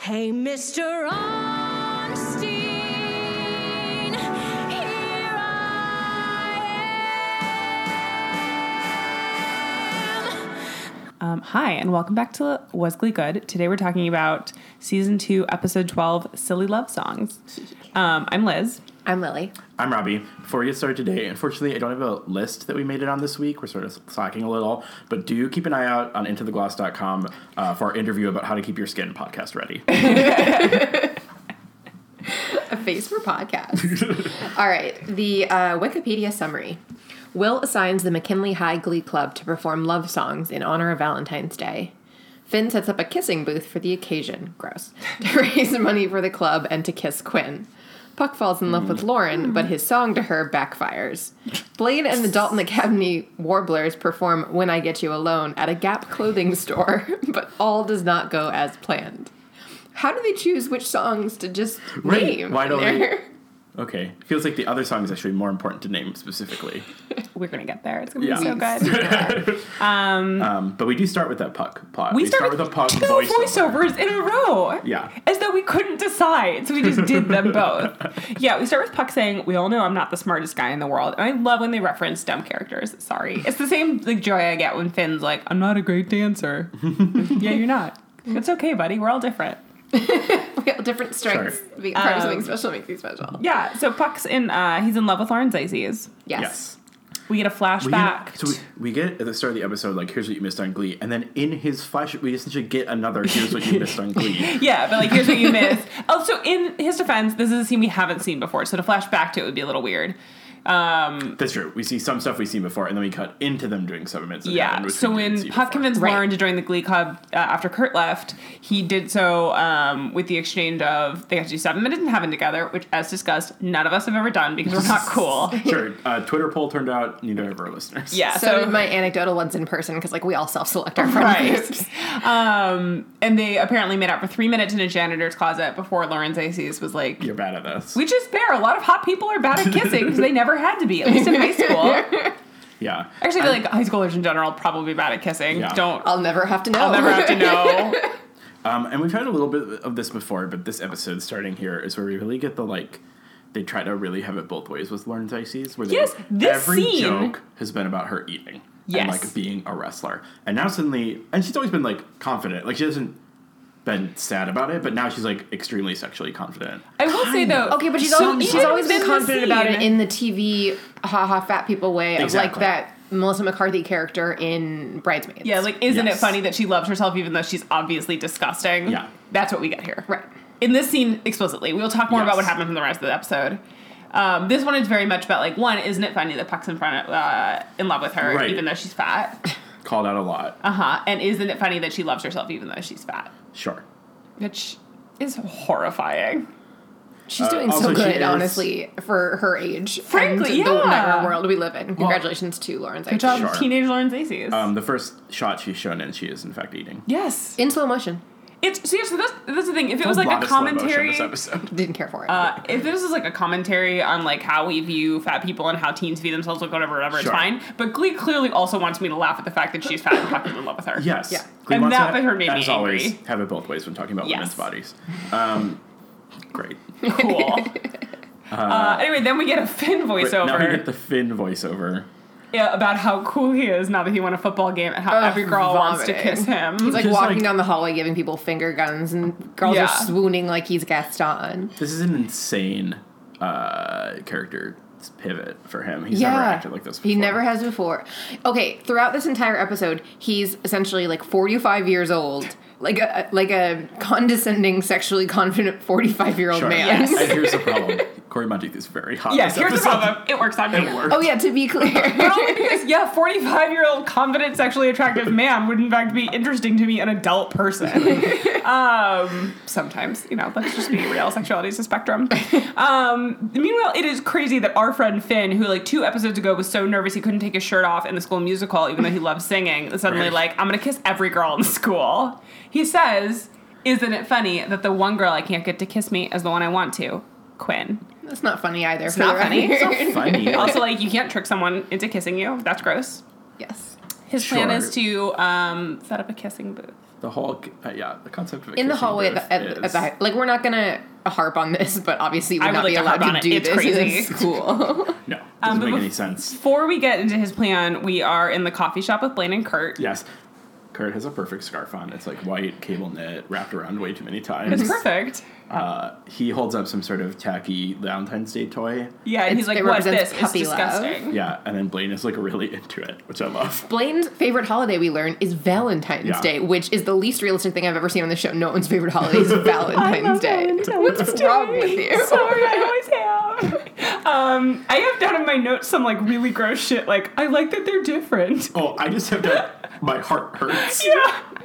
Hey, Mr. Onstein, here I Um, hi, and welcome back to Wesley Good. Today we're talking about season two, episode 12, Silly Love Songs. Um, I'm Liz. I'm Lily. I'm Robbie. Before we get started today, unfortunately, I don't have a list that we made it on this week. We're sort of slacking a little, but do keep an eye out on intothe.gloss.com uh, for our interview about how to keep your skin podcast ready. A face for podcast. All right. The uh, Wikipedia summary. Will assigns the McKinley High Glee Club to perform love songs in honor of Valentine's Day. Finn sets up a kissing booth for the occasion. Gross. To raise money for the club and to kiss Quinn. Puck falls in love with Lauren, but his song to her backfires. Blade and the Dalton Academy Warblers perform When I Get You Alone at a Gap clothing store, but all does not go as planned. How do they choose which songs to just Right, name? why in don't they- there? okay. Feels like the other song is actually more important to name specifically. We're going to get there. It's going to Yeah. be so good. Um, but we do start with that puck pot. We started with two voiceovers in a row. Yeah. As though we couldn't decide. So we just did them both. Yeah, we start with Puck saying, We all know I'm not the smartest guy in the world. And I love when they reference dumb characters. Sorry. It's the same like joy I get when Finn's like, I'm not a great dancer. yeah, you're not. It's okay, buddy. We're all different. We have different strengths. Sure. Being part of something special makes you special. Yeah, so Puck's in uh he's in love with Lauren Zizes. Yes. Yes. We get a We flashback. get, so we, we get at the start of the episode, like, here's what you missed on Glee. And then in his flash, we essentially get another, here's what you missed on Glee. yeah, but like here's what you missed. also, in his defense, this is a scene we haven't seen before, so to flash back to it would be a little weird. Um, That's true. We see some stuff we've seen before, and then we cut into them doing supplements. yeah, so when Puck convinced Right. Lauren to join the Glee Club uh, after Kurt left, he did so um, with the exchange of they have to do seven minutes in heaven together, which, as discussed, none of us have ever done because we're not cool. Sure. Uh, Twitter poll turned out neither of our listeners. Yeah, So, did my anecdotal ones in person because like we all self-select our friend groups. Right. um, and they apparently made out for three minutes in a janitor's closet before Lauren Zaces was like, You're bad at this. which is fair. A lot of hot people are bad at kissing because they never had to be, at least in high school. yeah. Actually, I feel like high schoolers in general probably bad at kissing. Yeah. Don't. I'll I'll never have to know. never have to know. Um, and we've had a little bit of this before, but this episode starting here is where we really get the like. They try to really have it both ways with Lauren Dicey's, where they, Yes, this every scene- joke has been about her eating Yes. and like being a wrestler, and now suddenly, and she's always been like confident, like she hasn't been sad about it, but now she's like extremely sexually confident. I will say though. Okay, but she's so always she's even always been within the confident about it scene- in the TV haha fat people way Exactly. of like that Melissa McCarthy character in Bridesmaids. yeah, like isn't it Yes. funny that she loves herself even though she's obviously disgusting? Yeah. That's what we get here. Right. Uh, In this scene explicitly, we'll talk more about Yes. what happened in the rest of the episode. Um, this one is very much about like one, isn't it funny that Puck's in front of, uh, in love with her Right. even though she's fat? Called out a lot. Uh huh. And isn't it funny that she loves herself even though she's fat? Sure. Which is horrifying. She's Uh, doing so also she good, is- honestly, for her age. Frankly, and the yeah. whatever world we live in. Congratulations to Lawrence. Good job, Sure. teenage Lauren Zaces. Um, the first shot she's shown in, she is in fact eating. yes. In slow motion. It's seriously that's that's the thing. If it was There's like lot a of slow motion commentary, This episode. Didn't care for it. uh, if this is like a commentary on like how we view fat people and how teens view themselves, like whatever, whatever, it's Sure. fine. But Glee clearly also wants me to laugh at the fact that she's fat and fucking in love with her. Yes. Yeah. Glee And wants that to by her made me as always, angry. have it both ways when talking about Yes. women's bodies. Um, great. cool. Uh, anyway, then we get a Finn But now we voiceover get the Finn voiceover. yeah, about how cool he is now that he won a football game and how Ugh, every girl wants to vomiting. kiss him. He's like Just walking like- down the hallway giving people finger guns, and girls Yeah. are swooning like he's Gaston. This is an insane uh, character pivot for him. He's never acted like this before. he never has before. Okay, throughout this entire episode, he's essentially like 45 years old, like a like a condescending, sexually confident 45 year old Sure. man. Yes. And here's the problem. Corey Monteith is very hot. yes, this here's the episode. problem. It works on me. It works. Oh yeah, to be clear. Not only because, yeah, 45 year old confident, sexually attractive man would in fact be interesting to me, an adult person. um, sometimes, you know, let's just be real. Sexuality is a spectrum. Um, meanwhile, it is crazy that our friend Finn, who like two episodes ago was so nervous he couldn't take his shirt off in the school musical, even though he loves singing, is suddenly Right. like, I'm gonna kiss every girl in school. He says, Isn't it funny that the one girl I can't get to kiss me is the one I want to? Quinn. That's not funny either. It's not funny. It's not Funny. Also, like, you can't trick someone into kissing you. That's gross. yes. His plan Sure. is to um, set up a kissing booth. The whole, uh, yeah, the concept of in the kissing hallway at, booth the, at, is, at the, like we're not gonna harp on this but obviously I we're would not like be to harp allowed to, on it. do It's this crazy. in school no, doesn't Um, but make bef- any sense. Before we get into his plan, we are in the coffee shop with Blaine and Kurt. Yes, Kurt has a perfect scarf on. It's like white cable knit wrapped around way too many times. It's perfect. Uh, he holds up some sort of tacky Valentine's Day toy. Yeah, and It's- he's like, it "What represents this? puppy it's love." disgusting." Yeah, and then Blaine is like really into it, which I love. Blaine's favorite holiday we learn is Valentine's Yeah. Day, which is the least realistic thing I've ever seen on the show. No one's favorite holiday is Valentine's Day. What's wrong with you? Sorry, I always have. Um, I have down in my notes some like really gross shit. Like, I like that they're different. Oh, I just have to. My heart hurts. Yeah.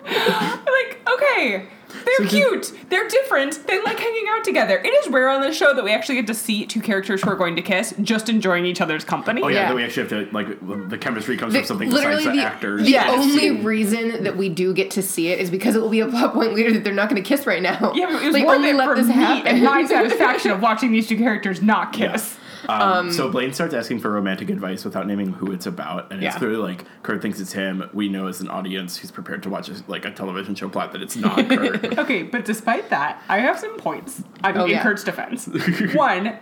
I'm like, okay. They're So he- cute. They're different. They like hanging out together. It is rare on the show that we actually get to see two characters who are going to kiss just enjoying each other's company. Oh yeah, Yeah. that we actually have to like the chemistry comes The- from something literally, besides the, the, actors. the Yes. only reason that we do get to see it is because it will be a plot point later that they're not going to kiss right now. Yeah, but it was Like, worth only it let for this me and my happen. satisfaction of watching these two characters not Yeah. kiss. Um, so Blaine starts asking for romantic advice without naming who it's about, and it's Yeah. clearly like Kurt thinks it's him. We know as an audience who's prepared to watch a, like a television show plot that it's not Kurt. Okay, but despite that, I have some points. I mean, Oh, in yeah. Kurt's defense. One,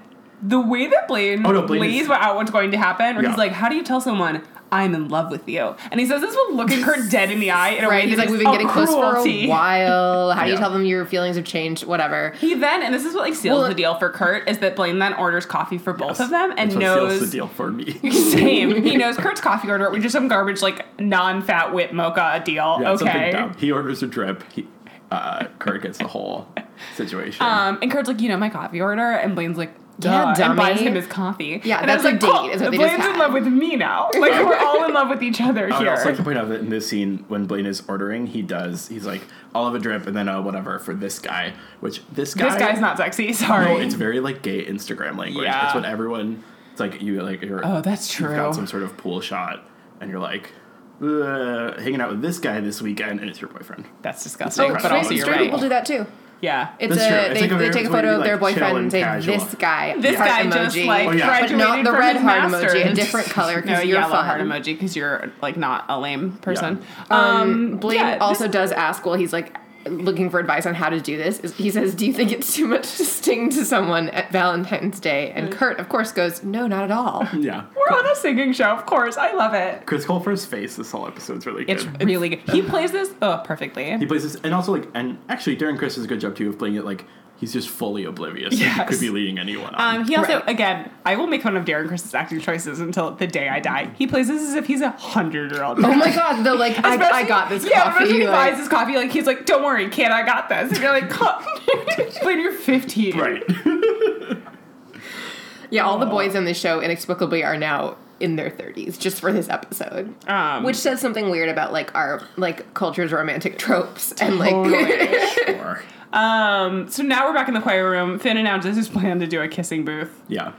the way that Blaine, Oh, no, Blaine lays is- out what's going to happen, where Yeah. he's like, How do you tell someone I'm in love with you? And he says this while looking Kurt dead in the eye in a Right, way he's that like, is we've been a getting close for a cruelty." while. How do you Yeah. tell them your feelings have changed? Whatever. He then, and this is what like seals Well- the deal for Kurt, is that Blaine then orders coffee for both of them and That's what seals the knows deal for me. same. He knows Kurt's coffee order, which is some garbage like non-fat whip mocha deal. Yeah, something okay. dumb. He orders a drip. He, uh, Kurt gets the whole situation. Um, and Kurt's like, you know, my coffee order, and Blaine's like, Yeah, Duh, and buys dummy. him his coffee. Yeah, and I that's was a like, date, "Cool, is what they just Blaine's in had." love with me now. Like we're all in love with each other I would here. also Oh, like to point out that in this scene, when Blaine is ordering, he does. He's like, "I'll have a drip and then uh, whatever for this guy," which this guy, this guy's not sexy. No, Sorry. it's very like gay Instagram language. Yeah. It's what everyone. It's like you like. You're, Oh, that's You've true. got some sort of pool shot, and you're like, "Ugh, hanging out with this guy this weekend, and it's your boyfriend. that's disgusting. Oh, but also, straight- you're straight right. people do that too. yeah. It's That's a, true. It's they, like a they very take a way photo to be, of their like, chill boyfriend and and say, casual. this guy. this heart guy emoji. just like Oh, yeah. But graduated not the from red his heart master. emoji, a different color No, because you're yellow fun. heart emoji because you're like not a lame person. Um, Blaine yeah, also this- does ask while he's like looking for advice on how to do this. is- He says, "Do you think it's too much to sting to someone at Valentine's Day?" Mm. And Kurt, of course, goes, "No, not at all." Yeah. We're on a singing show, of course. I love it. Chris Colfer's face this whole episode's really good. It's really good. He plays this oh perfectly. He plays this, and also like, and actually, Darren Chris does a good job too of playing it like he's just fully oblivious. that He Yes. could be leading anyone on. Um, he also, Right. again, I will make fun of Darren Chris's acting choices until the day I die. He plays this as if he's a hundred year old. oh my god! The like, I, I got this Yeah, coffee. especially he like- buys his coffee. Like he's like, "Don't worry, kid, I got this." And you're like, "Come, when you're 15, right. yeah, all the boys on the show inexplicably are now in their 30s just for this episode, Um, which says something weird about like our like culture's romantic tropes and like sure. Um, so now we're back in the choir room. Finn announces his plan to do a kissing booth. Yeah.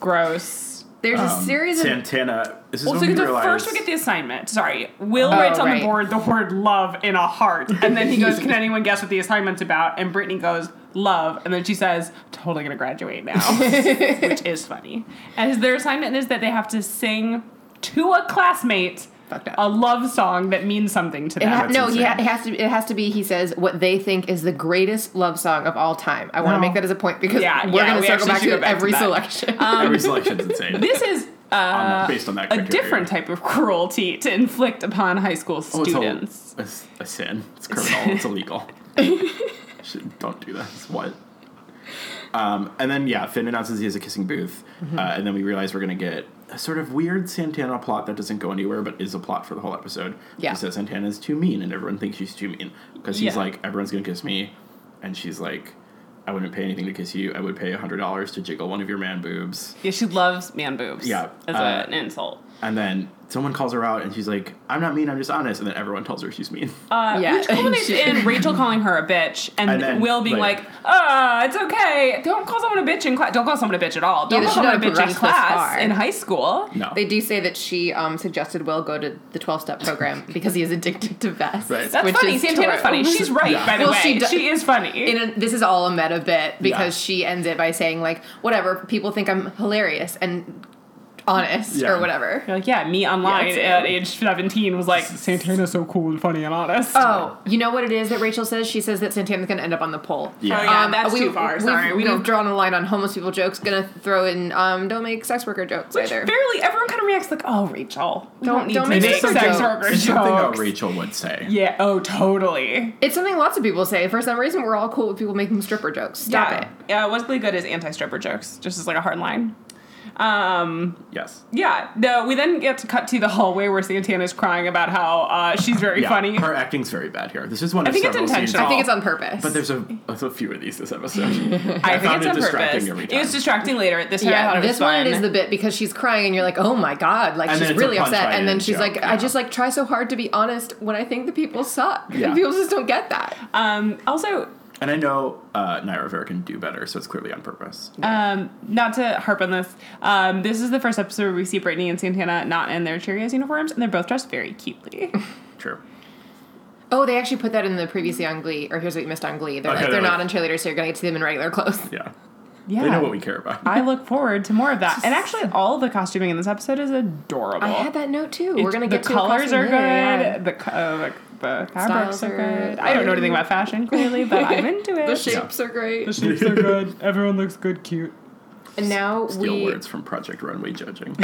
Gross. there's a Um, series of Santana. This is Well, when so we the realize, first we get the assignment. Sorry, Will Oh, writes on right. the board the word love in a heart, and then he goes, "Can anyone guess what the assignment's about?" And Brittany goes, "Love," and then she says, "Totally gonna graduate now," which is funny. And their assignment is that they have to sing to a classmate Fucked up. a love song that means something to It them. ha- that's no, he ha- insane. it has to. It has to be. He says what they think is the greatest love song of all time. I want to No. make that as a point because Yeah, we're yeah, going we to circle actually back should to go it back to every that. Uh, selection. every selection's insane. this is uh, on, based on that a criteria. different type of cruelty to inflict upon high school Oh, it's a- students. It's a, sin. It's criminal. it's illegal. Should, don't do that. It's what? Um, and then yeah, Finn announces he has a kissing booth, Mm-hmm. uh, and then we realize we're gonna get a sort of weird Santana plot that doesn't go anywhere, but is a plot for the whole episode. Yeah. She says Santana is too mean, and everyone thinks she's too mean because he's Yeah. like, everyone's gonna kiss me, and she's like, I wouldn't pay anything to kiss you. I would pay hundred dollars to jiggle one of your man boobs. yeah, she loves man boobs. Yeah, as uh, an insult. And then someone calls her out, and she's like, I'm not mean. I'm just honest. And then everyone tells her she's mean. Uh, Yeah. Which culminates in Rachel calling her a bitch and, And then Will being later. like, "Ah, it's okay. Don't call someone a bitch in class. Don't call someone a bitch at all. Don't Yeah, they call should someone a not have bitch in progressed this class far. in high school." no, They do say that she um, suggested Will go to the twelve step program because he is addicted to vests. Right. That's which funny. is Santana's true. funny. She's right, Yeah. by the Well, way. she She, do- is funny. In a, this is all a meta bit because she ends it by saying like, whatever people think I'm hilarious and. honest Yeah. or whatever. You're like, yeah, me online Yeah, at age 17 was like, Santana's so cool and funny and honest. Oh, you know what it is that Rachel says? She says that Santana's going to end up on the pole. Yeah. Oh, yeah, Um, that's we- too far. we've- Sorry, we've, we don't. drawn a line on homeless people jokes. Gonna throw in um, don't make sex worker jokes Which either. barely everyone kind of reacts like, "Oh, Rachel, we Don't- don't, need don't to make make, sex sex jokes." worker It's something that jokes." Rachel would say. Yeah. Oh, totally. It's something lots of people say. For some reason, we're all cool with people making stripper jokes. Stop yeah. it. Yeah. Wesley Good is anti-stripper jokes, just as like a hard line. Um, Yes. Yeah, no, we then get to cut to the hallway where Santana's crying about how uh, she's very Yeah. funny. Her acting's very bad here. This is one of I think it's several intentional. I scenes. think it's on purpose. But there's a, there's a few of these this episode. I, think found it's it on distracting purpose. every It was time. distracting later. This time I yeah, thought it was this one fun. it is the bit because she's crying and you're like, oh my god, like And then she's it's a really upset, punchline and then and a she's joke, like, I yeah. just like try so hard to be honest when I think the people suck. Yeah. People just don't get that. um, also, and I know uh, Naya Rivera can do better, so it's clearly on purpose. um, not to harp on this, um, this is the first episode where we see Brittany and Santana not in their Cheerios uniforms, and they're both dressed very cutely. True. Oh, they actually put that in the previously on Glee, or here's what you missed on Glee. They're Okay, like, they're they're not like- in cheerleaders, so you're gonna get to see them in regular clothes. Yeah. yeah, They know what we care about. I look forward to more of that. And actually, all the costuming in this episode is adorable. I had that note too. We're It's- gonna the get to a colors costume are good. later, yeah. The co- uh, like, the fabrics Styles are are- good. I don't know anything about fashion clearly, but I'm into it. The shapes are great. shapes are good. Everyone looks good, cute. And now Steal we words from Project Runway Judging.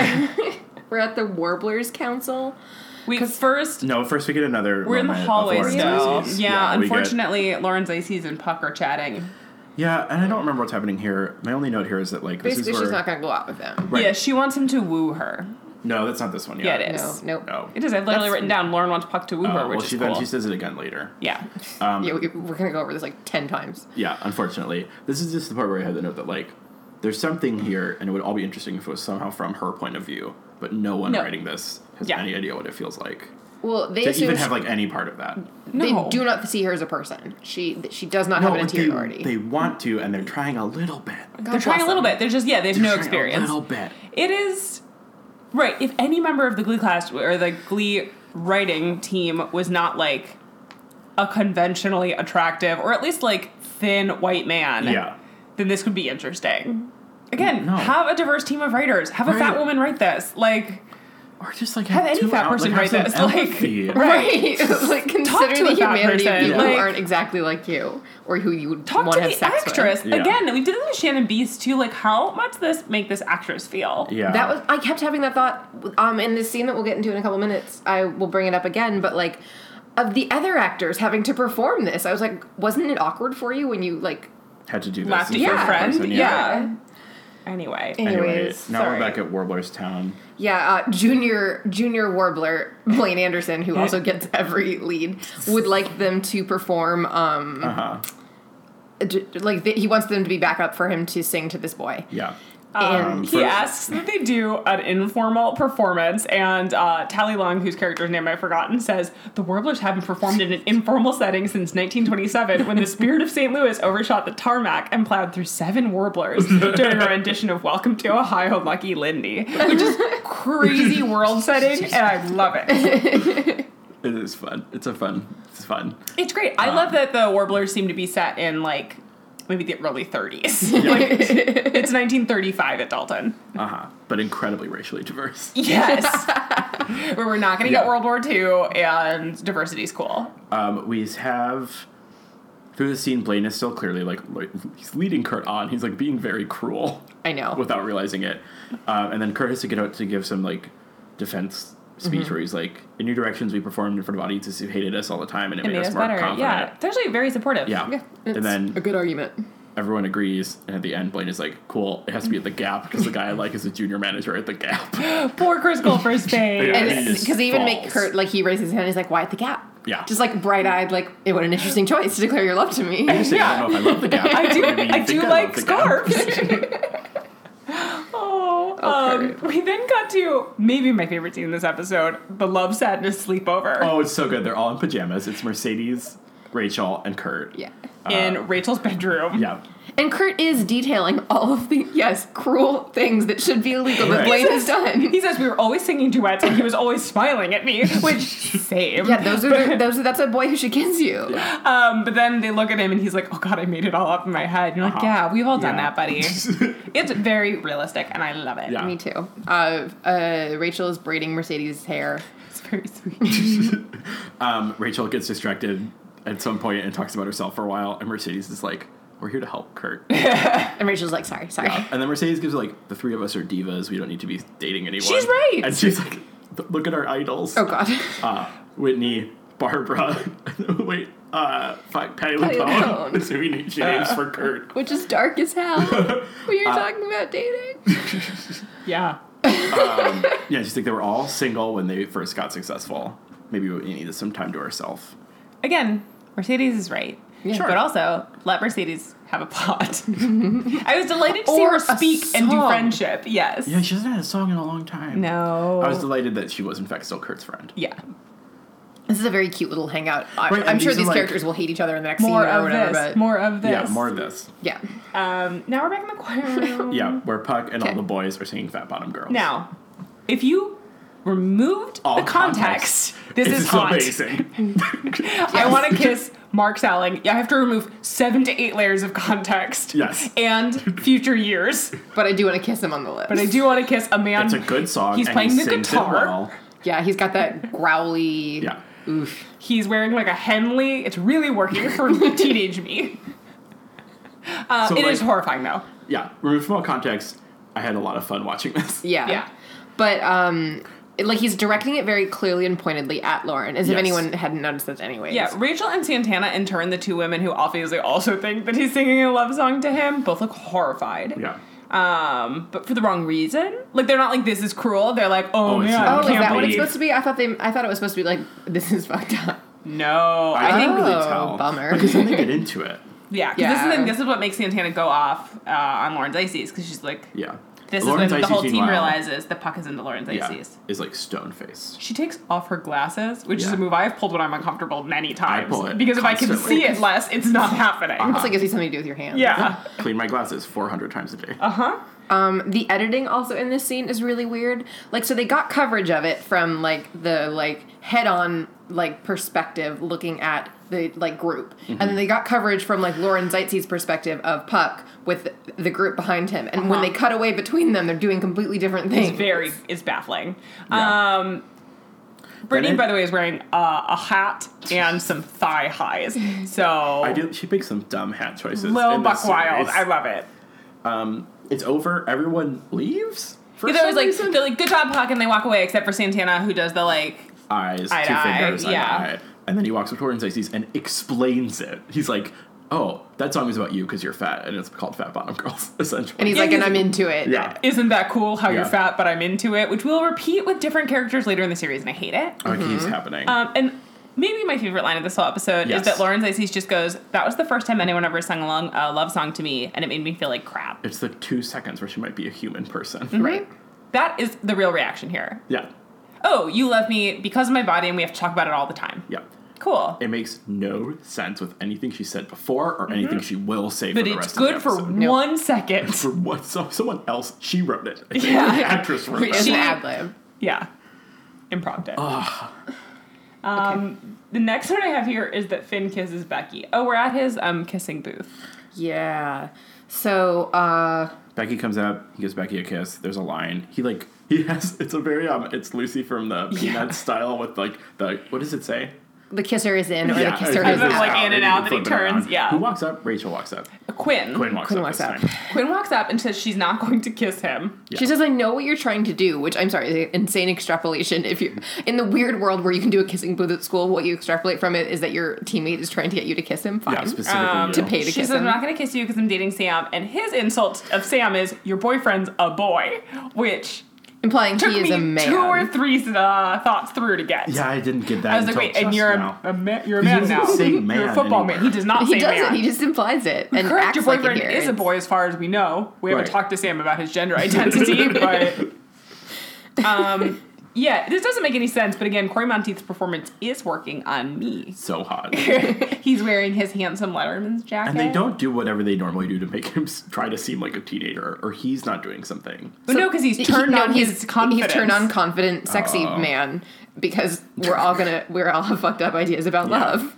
we're at the Warblers Council. We first no, first we get another. we're in the moment of hallways Lauren's though. disease. Yeah, we get- unfortunately, Lauren's Ices and Puck are chatting. yeah, and I don't remember what's happening here. My only note here is that like this Basically, is where. she's not gonna go out with them. Right. Yeah, she wants him to woo her. no, that's not this one. Yeah, Yet. it No, is. nope. No. It is. I've literally That's- written down Lauren wants Puck to woo Uh, her, which well, she is then cool. she says it again later. yeah. yeah, we, we're gonna go over this like ten times. Yeah, unfortunately. This is just the part where I had the note that, like, there's something here, and it would all be interesting if it was somehow from her point of view, but no one No. writing this has Yeah. any idea what it feels like. Well, they To assume even she- have, like, any part of that. No. they do not see her as a person. She th- she does not have an like, they, interiority. they want to, and they're trying a little bit. They're trying a little bit. They're just yeah, they have They're no trying experience. A little bit. It is right. If any member of the Glee class or the Glee writing team was not like a conventionally attractive or at least like thin white man, Yeah. then this could be interesting. Again, No. have a diverse team of writers. Have a Right. fat woman write this. Like, Or just, like, have any two fat out- person like, write have this. some Like, empathy. Right, like consider to the a fat humanity of person, people who like- aren't exactly like you, or who you would talk want to to have the sex actress Yeah. again. We did this with Shannon Beast too. Like, how much does this make this actress feel? Yeah. With. That was I kept having that thought um, in this scene that we'll get into in a couple minutes. I will bring it up again, but like of the other actors having to perform this, I was like, wasn't it awkward for you when you like? Had to do this. Laughed at in your first friend, person, yeah. Anyway, Anyway, Anyways, now sorry. we're back at Warbler's Town. Yeah, uh, junior junior warbler Blaine Anderson, who also gets every lead, would like them to perform. Um, Uh-huh. j- like th- he wants them to be back up for him to sing to this boy. Yeah. and He For- asks that they do an informal performance, and uh, Tally Long, whose character's name I've forgotten, says the Warblers haven't performed in an informal setting since 1927, when the spirit of St. Louis overshot the tarmac and plowed through seven Warblers during a rendition of "Welcome to Ohio, Lucky Lindy," which is crazy world setting, and I love it. It is fun. It's a fun. It's fun. It's great. I love that the Warblers seem to be set in like maybe the early 30s. Like, it's 1935 at Dalton. Uh huh. But incredibly racially diverse. Yes. Where we're not going to Yeah. get World War II and diversity's cool. Um, we have through the scene, Blaine is still clearly like le- he's leading Kurt on. He's like being very cruel I know. without realizing it. Um, and then Kurt has to get out to give some like defense speech where he's like, "In New Directions, we performed in front of audiences who hated us all the time, and it, made, us more confident." Yeah. They're actually very supportive. Yeah. and then a good argument. everyone agrees, and at the end, Blaine is like, "Cool, it has to be at the Gap because the guy I like is a junior manager at the Gap." Poor Chris Colfer's face. Yeah. And And he just because they even make falls. Kurt like he raises his hand. He's like, "Why at the gap?" Yeah. just like bright eyed, like "Eh, what an interesting choice to declare your love to me. I just Yeah. I don't know if I love the Gap. I do, Maybe you I think do love like the Gap. scarves. oh, um, Kurt. we then got to maybe my favorite scene in this episode the love, sadness, sleepover. Oh, it's so good. They're all in pajamas. It's Mercedes, Rachel, and Kurt. yeah, in Rachel's bedroom. Yeah. And Kurt is detailing all of the, yes, cruel things that should be illegal that Right. Blaine has done. He says we were always singing duets and he was always smiling at me, which same. Yeah, those are the, those. are- That's a boy who should kiss you. Um, but then they look at him and he's like, "Oh God, I made it all up in my head." And you're like, Uh-huh. "Yeah, we've all done Yeah. that, buddy." it's very realistic, and I love it. Yeah. Me too. Uh, uh, Rachel is braiding Mercedes' hair. It's very sweet. Um, Rachel gets distracted at some point and talks about herself for a while, and Mercedes is like, "We're here to help Kurt." And Rachel's like, sorry, sorry. and then Mercedes gives her, like, "The three of us are divas. We don't need to be dating anyone." She's right. And she's like, "Look at our idols." Oh, God. Uh, Whitney, Barbara. wait, uh, fuck, Patty LuPone. LuPone. is who we need James for Kurt. Which is dark as hell when Uh, you're talking about dating. yeah. Yeah, I just think they were all single when they first got successful. Maybe we needed some time to ourselves. Again, Mercedes is right. Yeah. But also, let Mercedes have a pot. I was delighted to Or see her a speak and do song. friendship. Yes. Yeah, she hasn't had a song in a long time. No. I was delighted that she was, in fact, still Kurt's friend. yeah. This is a very cute little hangout. I, Right, I'm and sure these are these like- characters will hate each other in the next More scene or of whatever. this. But More of this. Yeah, more of this. yeah, Um, now we're back in the choir room. Yeah, where Puck and all Okay. the boys are singing Fat Bottom Girls. Now, if you removed All the context, this This is hot. Um, amazing. I want to kiss Mark Salling. I have to remove seven to eight layers of context. Yes. And future years. but I do want to kiss him on the lips. But I do want to kiss a man. It's a good song. He's and playing he the sings it guitar. well. Yeah, he's got that growly. Yeah. Oof. He's wearing like a Henley. It's really working for teenage me. Uh, So, it is like- horrifying though. Yeah, removed from all context, I had a lot of fun watching this. Yeah. Yeah. But um, it- like he's directing it very clearly and pointedly at Lauren, as if Yes. anyone hadn't noticed this anyways. Yeah, Rachel and Santana in turn, the two women who obviously also think that he's singing a love song to him, both look horrified. Yeah. Um, but for the wrong reason. Like they're not like this is cruel. They're like, oh, Oh, it's man, not. Oh, I is can't that what it's believe. supposed to be? I thought they. I thought it was supposed to be like this is fucked up. no, I, I think can't really Oh, tell. bummer. Because then they get into it. yeah. 'cause This is the Yeah. thing. This is what makes Santana go off uh, on Lauren's Ices because she's like, Yeah. this Lauren's is when the Ices, whole team meanwhile, realizes the puck is into Lauren's Yeah, Ices. is like stone face. She takes off her glasses, which is Yeah. a move I've pulled when I'm uncomfortable many times. pull it because if I can constantly. Uh-huh. see it less, it's not happening. Almost like it has something to do with your hands. Yeah. Clean my glasses 400 times a day. Uh huh. Um, the editing also in this scene is really weird. Like, so they got coverage of it from like the like head-on like perspective, looking at the like group, and Mm-hmm. then they got coverage from like Lauren Zeitze's perspective of Puck with the group behind him. And when they cut away between them, they're doing completely different things. Uh-huh. It's very is baffling. Yeah. Um, Brittany, it- by the way, is wearing uh, a hat and some thigh highs. So I do. She makes some dumb hat choices. Lil in this Buck Wild, series. I love it. it's over. Everyone leaves. For Because I was some like, reason. they're like, good job, Puck, and they walk away, except for Santana, who does the like, eyes, Eye two to eye, fingers, eye yeah. to eye. And then he walks up to her and Zaxby's and explains it. He's like, "Oh, that song is about you because you're fat, and it's called Fat Bottom Girls, essentially." and he's Yeah, like, and he's- I'm into it. yeah, isn't that cool how you're Yeah. fat, but I'm into it, which we'll repeat with different characters later in the series, and I hate it. oh, it keeps Mm-hmm. happening. Um, and maybe my favorite line of this whole episode Yes. is that Lauren Isis just goes, that was the first time anyone ever sung along a love song to me, and it made me feel like crap. it's the two seconds where she might be a human person. Mm-hmm. Right. That is the real reaction here. Yeah, oh, you love me because of my body and we have to talk about it all the time. yeah. Cool. It makes no sense with anything she said before or anything she will say. Mm-hmm. But for the it's rest good of the for episode. Nope. one second. for what? So, someone else. She wrote it. I think. Yeah. the actress wrote It's it. She- an ad lib. yeah. Impromptu. Um, The next one I have here is that Finn kisses Becky. Oh, we're at his um kissing booth. Yeah. So, uh, Becky comes up. He gives Becky a kiss. There's a line. He like he has. It's a very um. It's Lucy from the Peanuts Yeah. style with like the what does it say? the kisser is in, or the kisser it's- is it's out. like in and you out, then can he flip it around. turns, yeah. Who walks up? Rachel walks up. Quinn. Quinn walks Quinn up. walks this up. time. Quinn walks up and says she's not going to kiss him. She says, "I know what you're trying to do," which I'm sorry, is an insane extrapolation. If you're in the weird world where you can do a kissing booth at school, what you extrapolate from it is that your teammate is trying to get you to kiss him. Fine. Yeah, specifically Um, you. to pay- Hey, She kiss says, I'm him. not going to kiss you because I'm dating Sam. And his insult of Sam is, Your boyfriend's a boy, which Uh, Implying took he is me a man. two or three uh, thoughts through to get. Yeah, I didn't get that. I was like, until wait, and just you're a, now. a man, you're a He man doesn't now. say you're a man football man. anywhere. He does not he say doesn't. man. He just implies it and Correct. acts Your like boyfriend it is a is. boy, as far as we know. We haven't Right. talked to Sam about his gender identity, but um, yeah, this doesn't make any sense, but again, Corey Monteith's performance is working on me. So hot. He's wearing his handsome Letterman's jacket. And they don't do whatever they normally do to make him s- try to seem like a teenager, or he's not doing something. But no, because he's He- turned no, on he's, his confidence. He's turned on confident, sexy Oh. man because we're all gonna we're all have fucked up ideas about Yeah. love.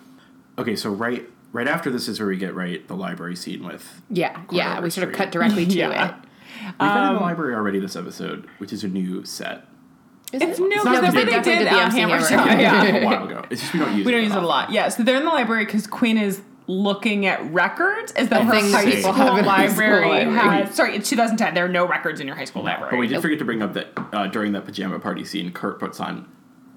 Okay, so right right after this is where we get right the library scene with Yeah, yeah. We sort of cut directly to Yeah. we've been Um, in the library already this episode, which is a new set. it. Is It's it? new not because they new. did, They did the on MC Hammer. Hammerstein. Yeah, Yeah. a while ago. It's just we don't use we don't it use it a lot. Yeah, so they're in the library because Quinn is looking at records. Is that A her thing that high school people have in high school library library. has? Sorry, it's 2010. There are no records in your high school library. But we did forget to bring up that uh, during that pajama party scene, Kurt puts on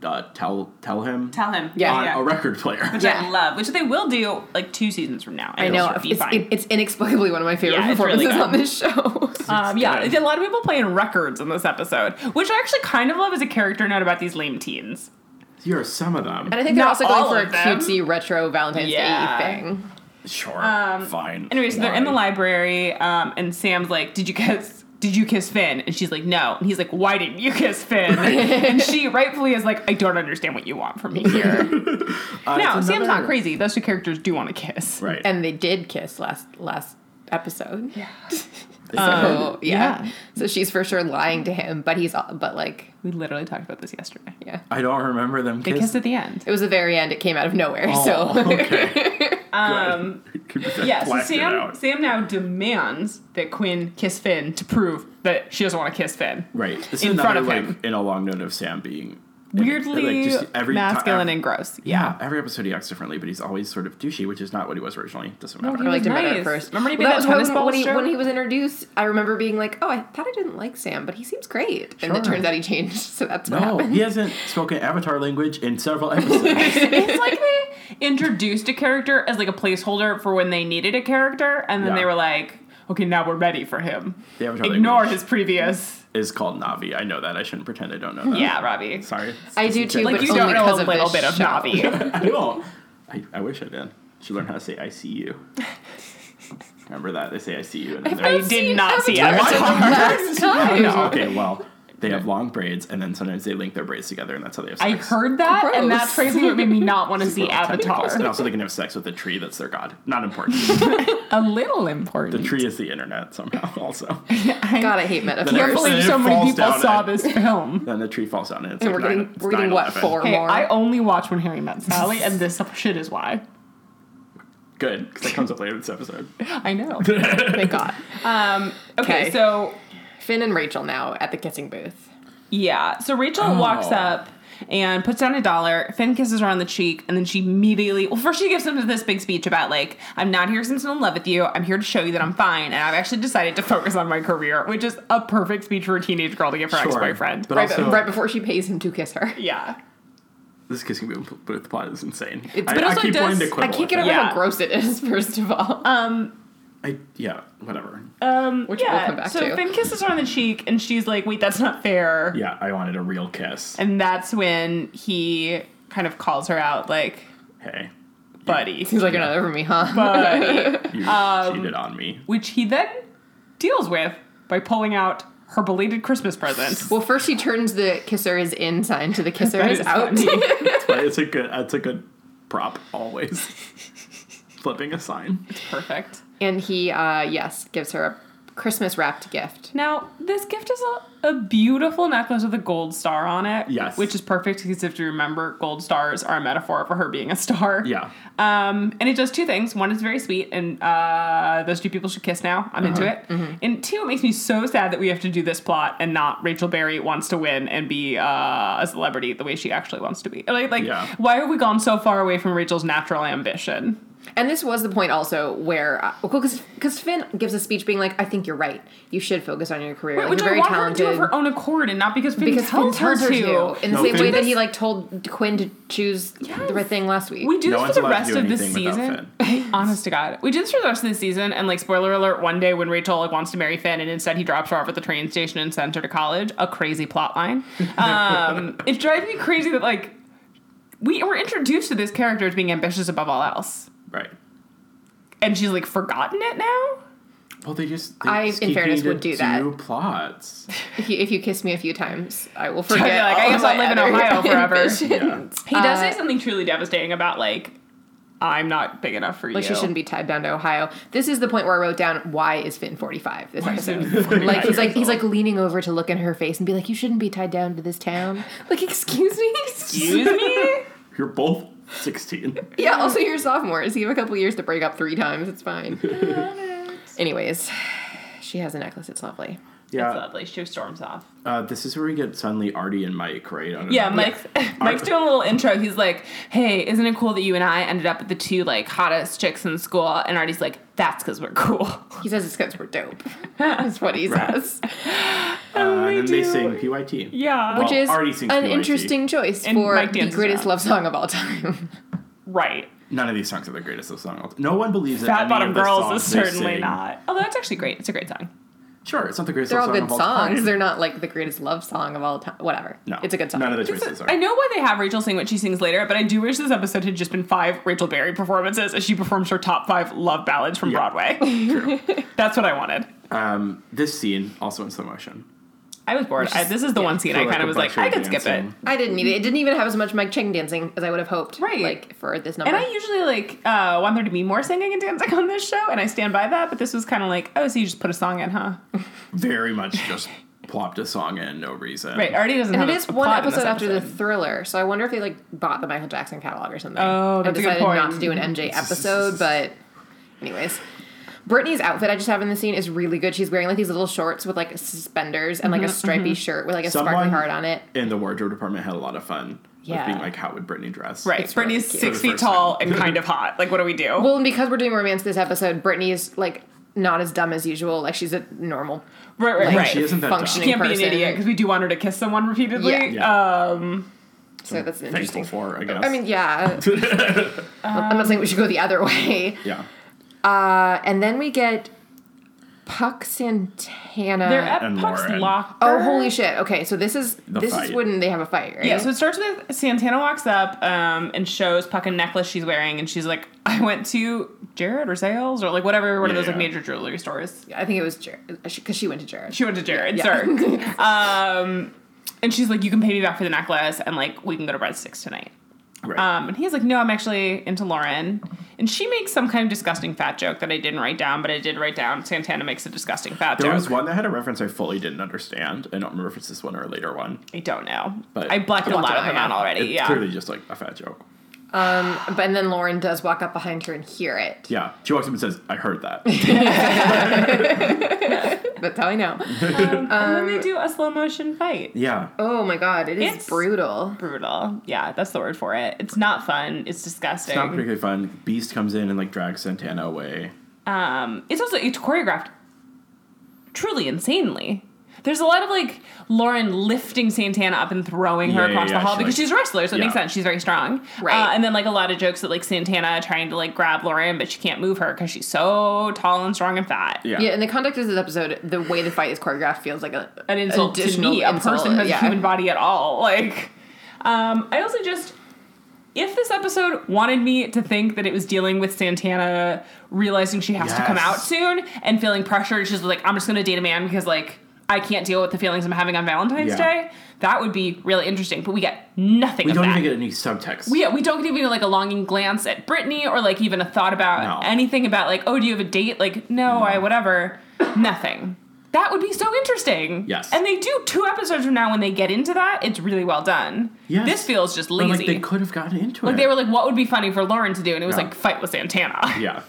uh, tell tell him Tell him. Yeah. on a record player. Which I Yeah. love, which they will do like two seasons from now. I and know it'll be it's, fine. it- it's inexplicably one of my favorite Yeah, it's really performances good. on this show. Um, yeah, good. a lot of people playing records in this episode, which I actually kind of love as a character note about these lame teens. Here are some of them. And I think they're Not also all going for a of them. cutesy retro Valentine's Yeah. Day thing. Sure, fine. Anyway, so um, they're in the Why? library, um, and Sam's like, "Did you kiss? Did you kiss Finn?" And she's like, "No." And he's like, "Why didn't you kiss Finn?" and she rightfully is like, "I don't understand what you want from me here." Uh, no, it's Sam's not another- crazy. Those two characters do want to kiss. Right. And they did kiss last last episode. It's uh, So yeah. Um, yeah. So she's for sure lying to him, but he's all- but like We literally talked about this yesterday. yeah. I don't remember them They kissing. kissed at the end. It was the very end. It came out of nowhere. Oh, so okay. Um, yeah, so Sam, Sam now demands that Quinn kiss Finn to prove that she doesn't want to kiss Finn. right. This in is front another, of him. like, in a long note of Sam being Weirdly like, just every ti- masculine ev- and gross. yeah, every episode he acts differently, but he's always sort of douchey, which is not what he was originally. Doesn't matter. I liked him better nice. at first. Remember he Well, made that was why tennis when, ball when he, show? when he was introduced. I remember being like, "Oh, I thought I didn't like Sam, but he seems great." And Sure. it turns out he changed. So that's what no, happened. he hasn't spoken Avatar language in several episodes. it's like they introduced a character as like a placeholder for when they needed a character, and then Yeah. they were like, okay, now we're ready for him. The Avatar Ignore language his previous. is called Navi. I know that. I shouldn't pretend I don't know that. Yeah, Robbie. Sorry. I do too, Like but you don't only know because a of little this bit of show. Navi. I don't. I, I wish I did. Should learn how to say I see you. Remember that? They say I see you. And then I they're- did not see Avatar it. until the last time. No, okay, well, they have long braids, and then sometimes they link their braids together, and that's how they have I sex. heard that, and that Gross. phrasing would make me not want to Little see technical stuff. And Avatar. also, they can have sex with a tree that's their god. Not important. A little the important. tree is the internet somehow. Also, God, I hate metaphors. The I next- believe It so many falls people down saw and- this film. then the tree falls down, and it's And like we're nine- getting- it's we're getting what, 9/11. four? Hey, More. I only watch When Harry Met Sally, and this shit is why. Good, because it comes up later this episode. I know. Thank God. Um, okay, Okay. so Finn and Rachel now at the kissing booth. yeah, so Rachel walks up and puts down a dollar. Finn kisses her on the cheek, and then she immediately. Well, first she gives him this big speech about like, "I'm not here since I'm in love with you. I'm here to show you that I'm fine, and I've actually decided to focus on my career," which is a perfect speech for a teenage girl to give her Sure. ex-boyfriend. But Right, also, be- right before she pays him to kiss her. yeah, this kissing booth but the plot is insane. It's- I, but I also it keep wanting does- to I quibble can't with get over it. Yeah. how gross it is, first of all. um, I yeah, whatever. um, Which yeah. we'll come back so to. Finn kisses her on the cheek, and she's like, "Wait, that's not fair." Yeah, I wanted a real kiss. And that's when he kind of calls her out, like, Hey, "Buddy, Seems like another for me, huh? buddy." you um, cheated on me. which he then deals with by pulling out her belated Christmas present. well, first she turns the kisser is in sign to the kisser That is is out. funny. But it's a good. It's a good prop always. Flipping a sign. Perfect. and he, uh, yes, gives her a Christmas wrapped gift. Now, this gift is a, a beautiful necklace with a gold star on it. Yes. Which is perfect because if you remember, gold stars are a metaphor for her being a star. Yeah. Um, and it does two things. One, it's very sweet, and uh, those two people should kiss now. I'm into Uh-huh. it. Mm-hmm. And two, it makes me so sad that we have to do this plot and not Rachel Berry wants to win and be uh, a celebrity the way she actually wants to be. Like, like Yeah. why have we gone so far away from Rachel's natural ambition? And this was the point also where, uh, because because Finn gives a speech being like, I think you're right. You should focus on your career. Like, Which you're I very want talented. her to do of her own accord and not because Finn because Finn tells, tells her to. In the No, same Finn- way that he like told Quinn to choose Yes. the right thing last week. We do No this one's for the allowed to rest do of this anything without season. Honest to God, we do this for the rest of the season. And like, spoiler alert: one day when Rachel like wants to marry Finn, and instead he drops her off at the train station and sends her to college. A crazy plot line. Um, it drives me crazy that like we were introduced to this character as being ambitious above all else, Right. and she's like forgotten it now. Well, they just. They I, in just keep fairness, needing would do to that. plots. If you, if you kiss me a few times, I will be forget. like, I all guess of I'll my live in other Ohio forever. Yeah. ambitions. Uh, He does say something truly devastating about like, I'm not big enough for Like you. she shouldn't be tied down to Ohio. This is the point where I wrote down why is Finn forty five this is episode. Finn 45 Like he's like years he's old? like leaning over to look in her face and be like, "You shouldn't be tied down to this town." Like, excuse me. Excuse me. You're both 16. yeah. Also, you're sophomores. You have a couple years to break up three times. It's fine. Anyways, she has a necklace. It's lovely. It's Yeah. lovely. She storms off. Uh, this is where we get suddenly Artie and Mike, right? On Yeah, another- Mike's Mike's doing a little intro. He's like, "Hey, isn't it cool that you and I ended up with the two like hottest chicks in school?" And Artie's like, "That's because we're cool." He says it's because we're dope. That's what he Right. says. Uh, and then they they do. sing PYT. Yeah, Which Well, is Artie sings an PYT. interesting choice And for Mike the dances greatest around. love song of all time. right. None of these songs are the greatest of song. No one believes that. Fat any Bottom of the Girls songs is they certainly sing- not. Although it's actually great. It's a great song. Sure, it's not the greatest. They're all song good of all songs. time. They're not like the greatest love song of all time. Whatever. No, It's a good song. None of the It's- choices are. I know why they have Rachel sing what she sings later, but I do wish this episode had just been five Rachel Berry performances as she performs her top five love ballads from Yeah. Broadway. True. That's what I wanted. Um, this scene also in slow motion. I was bored. I, this is the one scene For, I like, kind a of was bunch like, I of could skip it. dancing. I didn't need it. It didn't even have as much Mike Chang dancing as I would have hoped. Right. Like for this number. And I usually like uh, want there to be more singing and dancing on this show, and I stand by that. But this was kind of like, oh, so you just put a song in, huh? Very much just plopped a song in, no reason. Right? Already doesn't. and have it a- is a one plot in this episode after the thriller, so I wonder if they like bought the Michael Jackson catalog or something. Oh, and that's a good decided not point. to do an MJ episode, but anyways. Brittany's outfit I just have in the scene is really good. She's wearing like these little shorts with like suspenders and like Mm-hmm, a stripy shirt with like a Someone- sparkly heart on it. And the wardrobe department had a lot of fun with Yeah. being like, how would Britney dress? Right. It's really Brittany's cute. six For the feet first tall time. and kind of hot. Like, what do we do? Well, and because we're doing romance this episode, Brittany is like not as dumb as usual. Like she's a normal, right, right, like, right. she isn't that dumb. functioning can't be an person. idiot because we do want her to kiss someone repeatedly. Yeah. Yeah. Um, So that's an Uh, Thankful interesting. Uh, for, I guess. I mean, yeah. I'm not saying we should go the other way. yeah. Uh, and then we get Puck Santana. they're at and Puck's Lauren. locker. oh, holy shit! Okay, so this is The this fight. is when they have a fight, right? Yeah, so it starts with Santana walks up um, and shows Puck a necklace she's wearing, and she's like, "I went to Jared or Zales or like whatever one of Yeah, those like yeah. major jewelry stores." I think it was Jared because she went to Jared. She went to Jared, Yeah. sorry. um, and she's like, "You can pay me back for the necklace, and like we can go to breadsticks tonight." Right. Um, and he's like, "No, I'm actually into Lauren," and she makes some kind of disgusting fat joke that I didn't write down, but I did write down. Santana makes a disgusting fat there joke. was one that had a reference I fully didn't understand. I don't remember if it's this one or a later one. I don't know, But- I blacked a Blocked lot it of out, them yeah. out already. It's yeah, clearly just like a fat joke. But and then Lauren does walk up behind her and hear it. Yeah. She walks up and says, I heard that. That's how I know. and then Um, they do a slow motion fight. yeah. Oh my god, it is It's- brutal. brutal. Yeah, that's the word for it. It's not fun. It's disgusting. It's not particularly fun. Beast comes in and like drags Santana away. um, it's also it's choreographed truly insanely. There's a lot of like Lauren lifting Santana up and throwing her Yeah, yeah, across yeah, the hall she, because like- she's a wrestler, so it makes yeah. sense. She's very strong, Right. Uh, and then like a lot of jokes that like Santana trying to like grab Lauren, but she can't move her because she's so tall and strong and fat. Yeah. Yeah, in the context of this episode, the way the fight is choreographed feels like a, an insult to additional me, a insult, person who has a yeah. human body at all. Like, um, I also just, if this episode wanted me to think that it was dealing with Santana realizing she has to come Yes. out soon and feeling pressure, she's like, I'm just gonna date a man because like I can't deal with the feelings I'm having on Valentine's Yeah. Day. That would be really interesting, but we get nothing. We of don't that. even get any subtext. Yeah, we don't even get like a longing glance at Brittany or like even a thought about No. anything about like, oh, do you have a date? Like, no, I whatever. Nothing. That would be so interesting. Yes. And they do two episodes from now when they get into that, it's really well done. Yes. This feels just But, lazy. like they could have gotten into it. Like, they were like, what would be funny for Lauren to do? And it was Yeah. like fight with Santana. Yeah.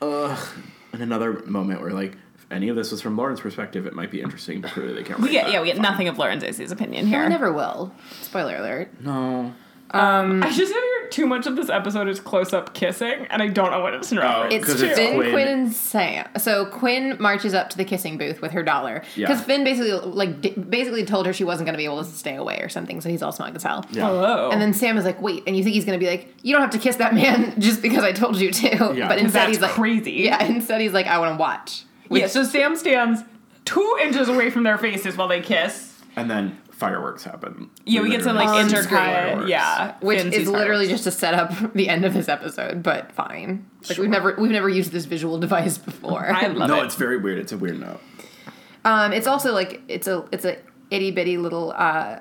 Ugh. And another moment where like if any of this was from Lauren's perspective, it might be interesting, but clearly they can't. We write get that. yeah, we get nothing of Lauren Daisy's opinion I here. never will. Spoiler alert. No. I just have here too much of this episode is close up kissing, and I don't know what it's in reference. It's 'Cause it's Finn, Quinn. Quinn. and Sam. So Quinn marches up to the kissing booth with her dollar Yeah. because Finn basically like d- basically told her she wasn't going to be able to stay away or something. So he's all smug as hell. Yeah. Hello. And then Sam is like, "Wait," and you think he's going to be like, "You don't have to kiss that man just because I told you to." Yeah. But instead that's he's like, crazy. "Yeah." Instead he's like, "I want to watch." yeah, so Sam stands two inches away from their faces while they kiss. And then fireworks happen. Yeah, we get to like literally see intercut. fireworks. Yeah, Which Finn is sees literally fireworks. just to set up the end of this episode, but fine. Like we've never we've never used this visual device before. I love No, it. it's very weird. It's a weird note. Um, it's also like it's a it's a itty bitty little uh,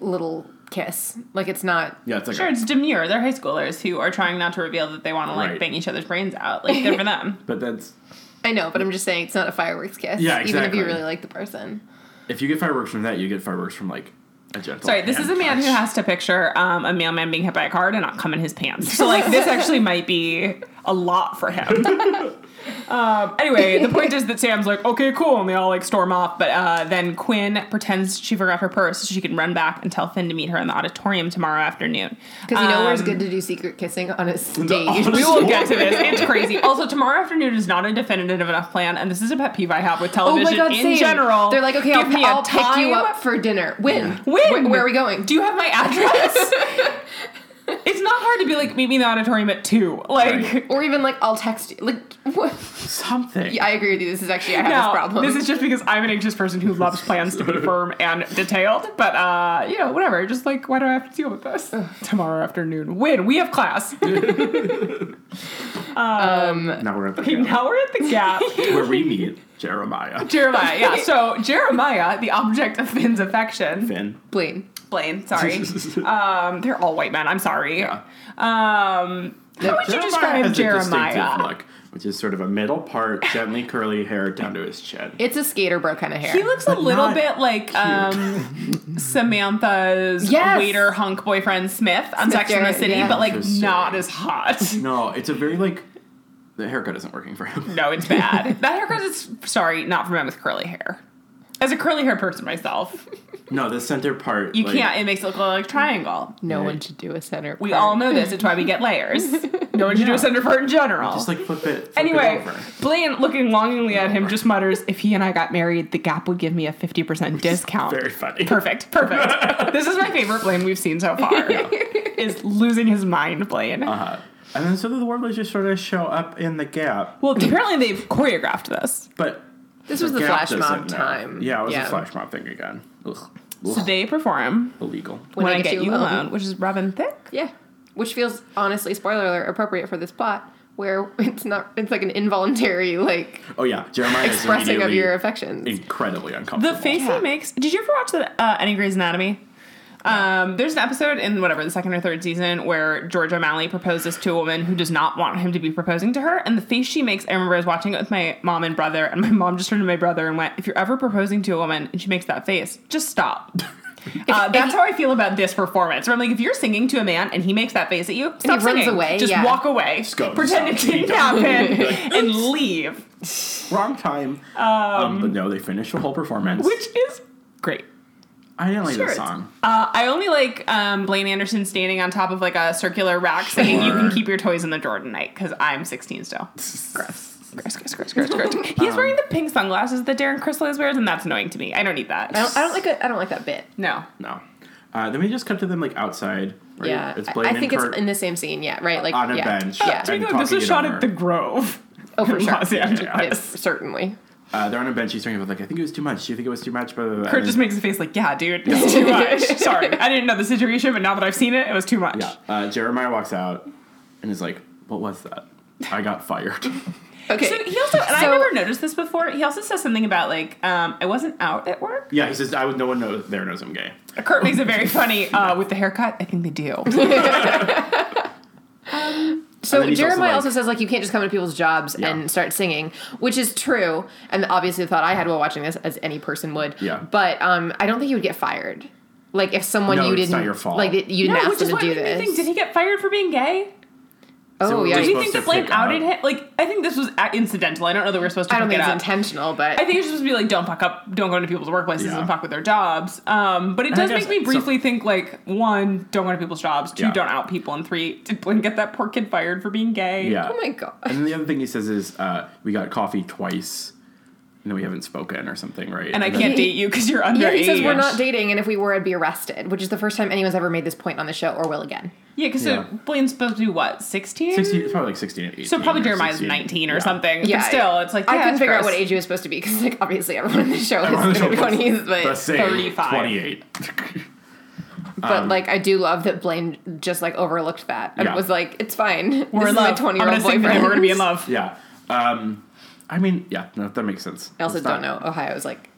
little kiss. Like it's not. Yeah, it's like Sure, it's demure. They're high schoolers who are trying not to reveal that they want to like Right. bang each other's brains out. Like good for them. but that's I know, but I'm just saying it's not a fireworks kiss. Yeah, Even if exactly. you really like the person. if you get fireworks from that, you get fireworks from like a gentle. Sorry, this hand is a man who touch. has to picture um, a mailman being hit by a car and not come in his pants. So like this actually might be a lot for him. um, anyway, the point is that Sam's like, okay, cool, and they all like storm off. But uh, then Quinn pretends she forgot her purse so she can run back and tell Finn to meet her in the auditorium tomorrow afternoon. Because you know where it's Um, good to do secret kissing on a stage. We will get to this. It's crazy. Also, tomorrow afternoon is not a definitive enough plan, and this is a pet peeve I have with Oh television my god! in same. general. they're like, okay, Give I'll, me a I'll pick time. you up for dinner. When? When? Where, where are we going? Do you have my address? it's not hard to be like, meet me in the auditorium at two. Like, Right. or even like, I'll text you. Like, what? something. Yeah, I agree with you. This is actually I have no, this problem. this is just because I'm an anxious person who loves plans to be firm and detailed. But uh, you know, whatever. Just like, why do I have to deal with this tomorrow afternoon? When we have class. now we're at the gap now we're at the gap. where we meet Jeremiah. Jeremiah, yeah. So Jeremiah, the object of Finn's affection, Finn. Blaine. Blaine, sorry. um, they're all white men. I'm sorry. Yeah. Um, how would you has describe a distinctive Jeremiah? look, which is sort of a middle part, gently curly hair down to his chin. It's a skater bro kind of hair. He looks a little not bit like um, Samantha's Yes. waiter hunk boyfriend Smith on Smith Sex and the Jarrett, City, yeah. but like Interesting. not as hot. no, it's a very like the haircut isn't working for him. No, it's bad. that haircut is sorry, not for men with curly hair. As a curly hair person myself, No, the center part. you like, can't. It makes it look like a triangle. no Yeah. one should do a center. We part. all know this. It's why we get layers. No one should do a center part in general. Just like flip it. Flip Anyway, It over. Blaine, looking longingly at him, just mutters, "If he and I got married, the Gap would give me a fifty percent discount." Very funny. Perfect, perfect. this is my favorite Blaine we've seen so far. Is losing his mind, Blaine. Uh, and then so the warblers just sort of show up in the gap, Well, apparently they've choreographed this. but This was the gap flash doesn't mob know. time. Yeah, it was Yeah. a flash mob thing again. Ugh. So Ugh. they perform Illegal. "When, I, Get, You alone. which is Robin Thicke. Yeah, which feels honestly, spoiler alert, appropriate for this plot where it's not. It's like an involuntary like Oh yeah, Jeremiah is expressing of immediately your affections. incredibly The uncomfortable. face Yeah. he makes. Did you ever watch the, uh, any Grey's Anatomy? Um, there's an episode in whatever the second or third season where George O'Malley proposes to a woman who does not want him to be proposing to her, and the face she makes. I remember I was watching it with my mom and brother, and my mom just turned to my brother and went, "If you're ever proposing to a woman and she makes that face, just stop." Uh, that's how I feel about this performance. Where I'm like, if you're singing to a man and he makes that face at you, stop he runs singing. away, Just yeah. walk away. Just go. Pretend Stop. it didn't happen and leave, Wrong time. Um, but no, they finished the whole performance. which is great. I didn't like Sure, the it's- song. Uh, I only like um, Blaine Anderson standing on top of like a circular rack saying, "You can keep your toys in the Jordanite," because I'm 16 still. Gross. Gross, gross, gross, gross, gross. He's Um, wearing the pink sunglasses that Darren Chris wears, and that's annoying to me. I don't need that. I don't, I don't like. A, I don't like that bit. no. No. Uh, then we just cut to them like outside. Right? Yeah, it's I- Blaine I think and it's Kurt in the same scene. Yeah, right. Like on a yeah. bench. Yeah. and Speaking of, this talking was it shot over. at the Grove. Oh, for in sure. Los It- Angeles. certainly. Uh, they're on a bench. He's talking about like I think it was too much. Do you think it was too much? Blah, blah, blah. Kurt And just then- makes a face like, "Yeah, dude, it's too much." Sorry, I didn't know the situation, but now that I've seen it, it was too much. Yeah. Uh, Jeremiah walks out and is like, "What was that? I got fired." Okay. So he also, and I So- never noticed this before. He also says something about like, um, "I wasn't out at work." yeah, he says, "I would. No one knows there knows I'm gay." Kurt makes it very funny uh, with the haircut. I think they do. And So then he's Jeremiah also also, like- says like you can't just come into people's jobs Yeah. and start singing, which is true, and obviously the thought I had while watching this, as any person would. Yeah. But um, I don't think you would get fired. Like if someone No, you it's didn't not your fault. like that you didn't ask which is them to what do made me this. think. Did he get fired for being gay? oh So yeah, we're Do you supposed think that to Blaine pick up. outed him? Like, I think this was a- incidental. I don't know that we're supposed to. I don't pick think it it's up. intentional, but I think it's supposed to be like, don't fuck up, don't go into people's workplaces Yeah. and fuck with their jobs. Um, but it And I does make guess- me so- briefly think like, one, don't go into people's jobs. Two, Yeah. don't out people. And three, did Blaine get that poor kid fired for being gay? Yeah. oh my god, And then the other thing he says is, uh, "We got coffee twice, and then we haven't spoken or something, right?" And I then- can't date you because you're underage. yeah, he says we're not dating, and if we were, I'd be arrested, which is the first time anyone's ever made this point on the show or will again. Yeah, because Yeah. Blaine's supposed to be what, 16? 16, it's probably like 16 and 18. So probably or Jeremiah's 16. 19 or Yeah. something. Yeah, but still, it's like, I yeah, couldn't it's figure out gross. what age he was supposed to be because, like, obviously everyone in the show is Everyone on in the show their was twenties, The but same, 35. 28. but like I do love that Blaine just like overlooked that and um, Yeah. was like, "It's fine. We're in this is my love. I'm twenty-year-old gonna sing boyfriend. to him. We're going to be in love. Yeah. Um, I mean, yeah, no, that makes sense. I also It's don't know not- Ohio's like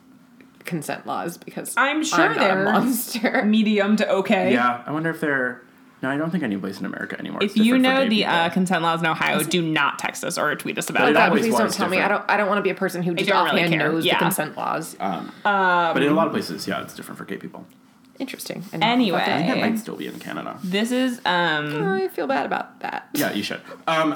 consent laws because I'm sure not they're a monster. medium to okay. Yeah, I wonder if they're. No, I don't think any place in America anymore. If It's you different for know gay the people. uh, consent laws in Ohio, do not text us or tweet us But about it that. always Please don't was tell me. I different. Uh, don't. I don't want to be a person who just don't really offhand care. knows Yeah. the consent laws. but in a lot of places, yeah, it's different for gay people. Interesting. I Anyway. I, That didn't might Eh. know still be in Canada. This is um about that. I feel bad about that. Yeah, you should. Um,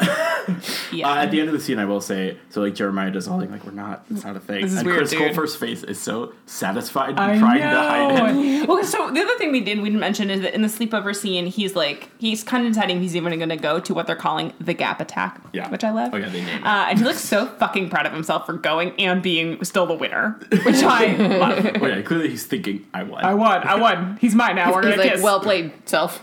yeah. uh, at the end of the scene, I will say so. Like Jeremiah does all thing, like we're not. It's not a thing. This is and weird, Chris dude. Colfer's face is so satisfied I and trying to hide it. know. well, so the other thing we did we didn't mention is that in the sleepover scene, he's like he's kind of deciding if he's even going to go to what they're calling the gap attack, Yeah. which I love. Oh, yeah, they named it. Uh, and he looks so fucking proud of himself for going and being still the winner, which I love. Oh yeah, clearly he's thinking I won. I won. I won. He's mine now. We're He's gonna like, kiss. "Well played, self."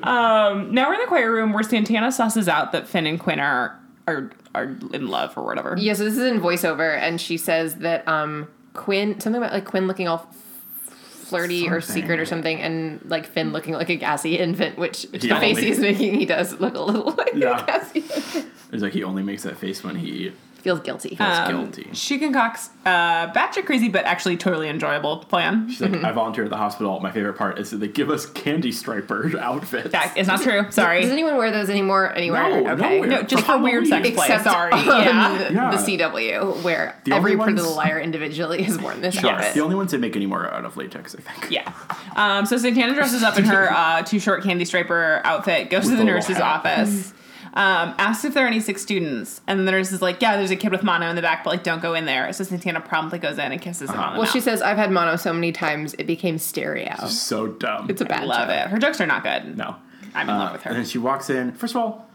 now we're in the choir room where Santana susses out that Finn and Quinn are are are in love or whatever. Yeah, so this is in voiceover, and she says that um Quinn something about like Quinn looking all f- flirty or Something. secret or something, and like Finn looking like a gassy infant, which Yeah. the face he's making, he does look a little like Yeah. a gassy. infant. It's like he only makes that face when he Feels guilty. feels Um, guilty. She concocts a batch of crazy but actually totally enjoyable plan. She's like, I volunteer at the hospital. My favorite part is that they give us candy striper outfits. That is not true. Sorry. Does anyone wear those anymore anywhere? No, okay. nowhere. No, just for weird sex play. Except Sorry. on Yeah. the, Yeah. the CW, where The every only Pretty ones- Little Liar individually has worn this Sure. outfit. The only ones they make anymore are out of latex, I think. Yeah. Um, so Santana dresses up in her uh, too short candy striper outfit, goes to With the a little nurse's hat. office, um, asks if there are any sick students, and the nurse is like, "Yeah, there's a kid with mono in the back, but like, don't go in there." So Santana promptly goes in and kisses Uh-huh. him on the well, mouth. she says, "I've had mono so many times it became stereo." So dumb. It's a bad love joke. it. Her jokes are not good. no. Uh, I'm in love with her. And then she walks in. First of all,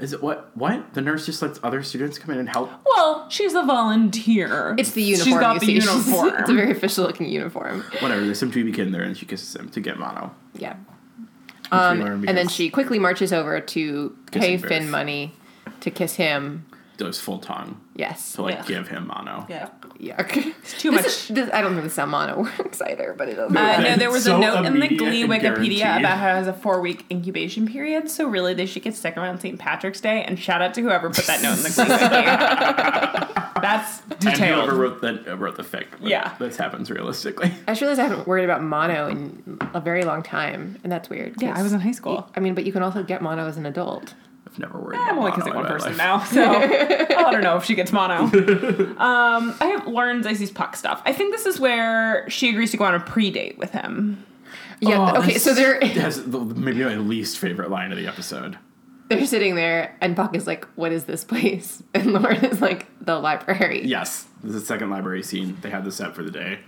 is it what? What? The nurse just lets other students come in and help. Well, she's a volunteer. It's the uniform. She's got you the see. She's- uniform. it's a very official looking uniform. Whatever. There's some dweeby kid in there, and she kisses him to get mono. Yeah. which we Um, learn and then because she quickly marches over to pay Kissing Finn booth. money to kiss him. does full tongue Yes. to like Yeah. give him mono. yeah. Yuck. It's too much. I don't think this Salmano works either, but it does. Uh, Okay. no, there was a So note in the immediate Glee and Wikipedia guaranteed. about how it has a four week incubation period, so really they should get stuck around St. Patrick's Day. And shout out to whoever put that note in the Glee Wikipedia. That's And whoever detailed. wrote that uh, wrote the fic. like, Yeah. This happens realistically. I just realized I haven't worried about mono in a very long time, and that's weird. 'cause- Yeah, I was in high school. I mean, but you can also get mono as an adult. I've never worried I'm about only mono kissing in one my person life. now, so I don't know if she gets mono. Um, I have Lauren Dicey's puck stuff. I think this is where she agrees to go on a pre date with him. Yeah. Oh, okay. this So they're That's the, maybe my least favorite line of the episode. they're sitting there, and Buck is like, "What is this place?" And Lauren is like, "The library." Yes, this is the second library scene. They had this set for the day.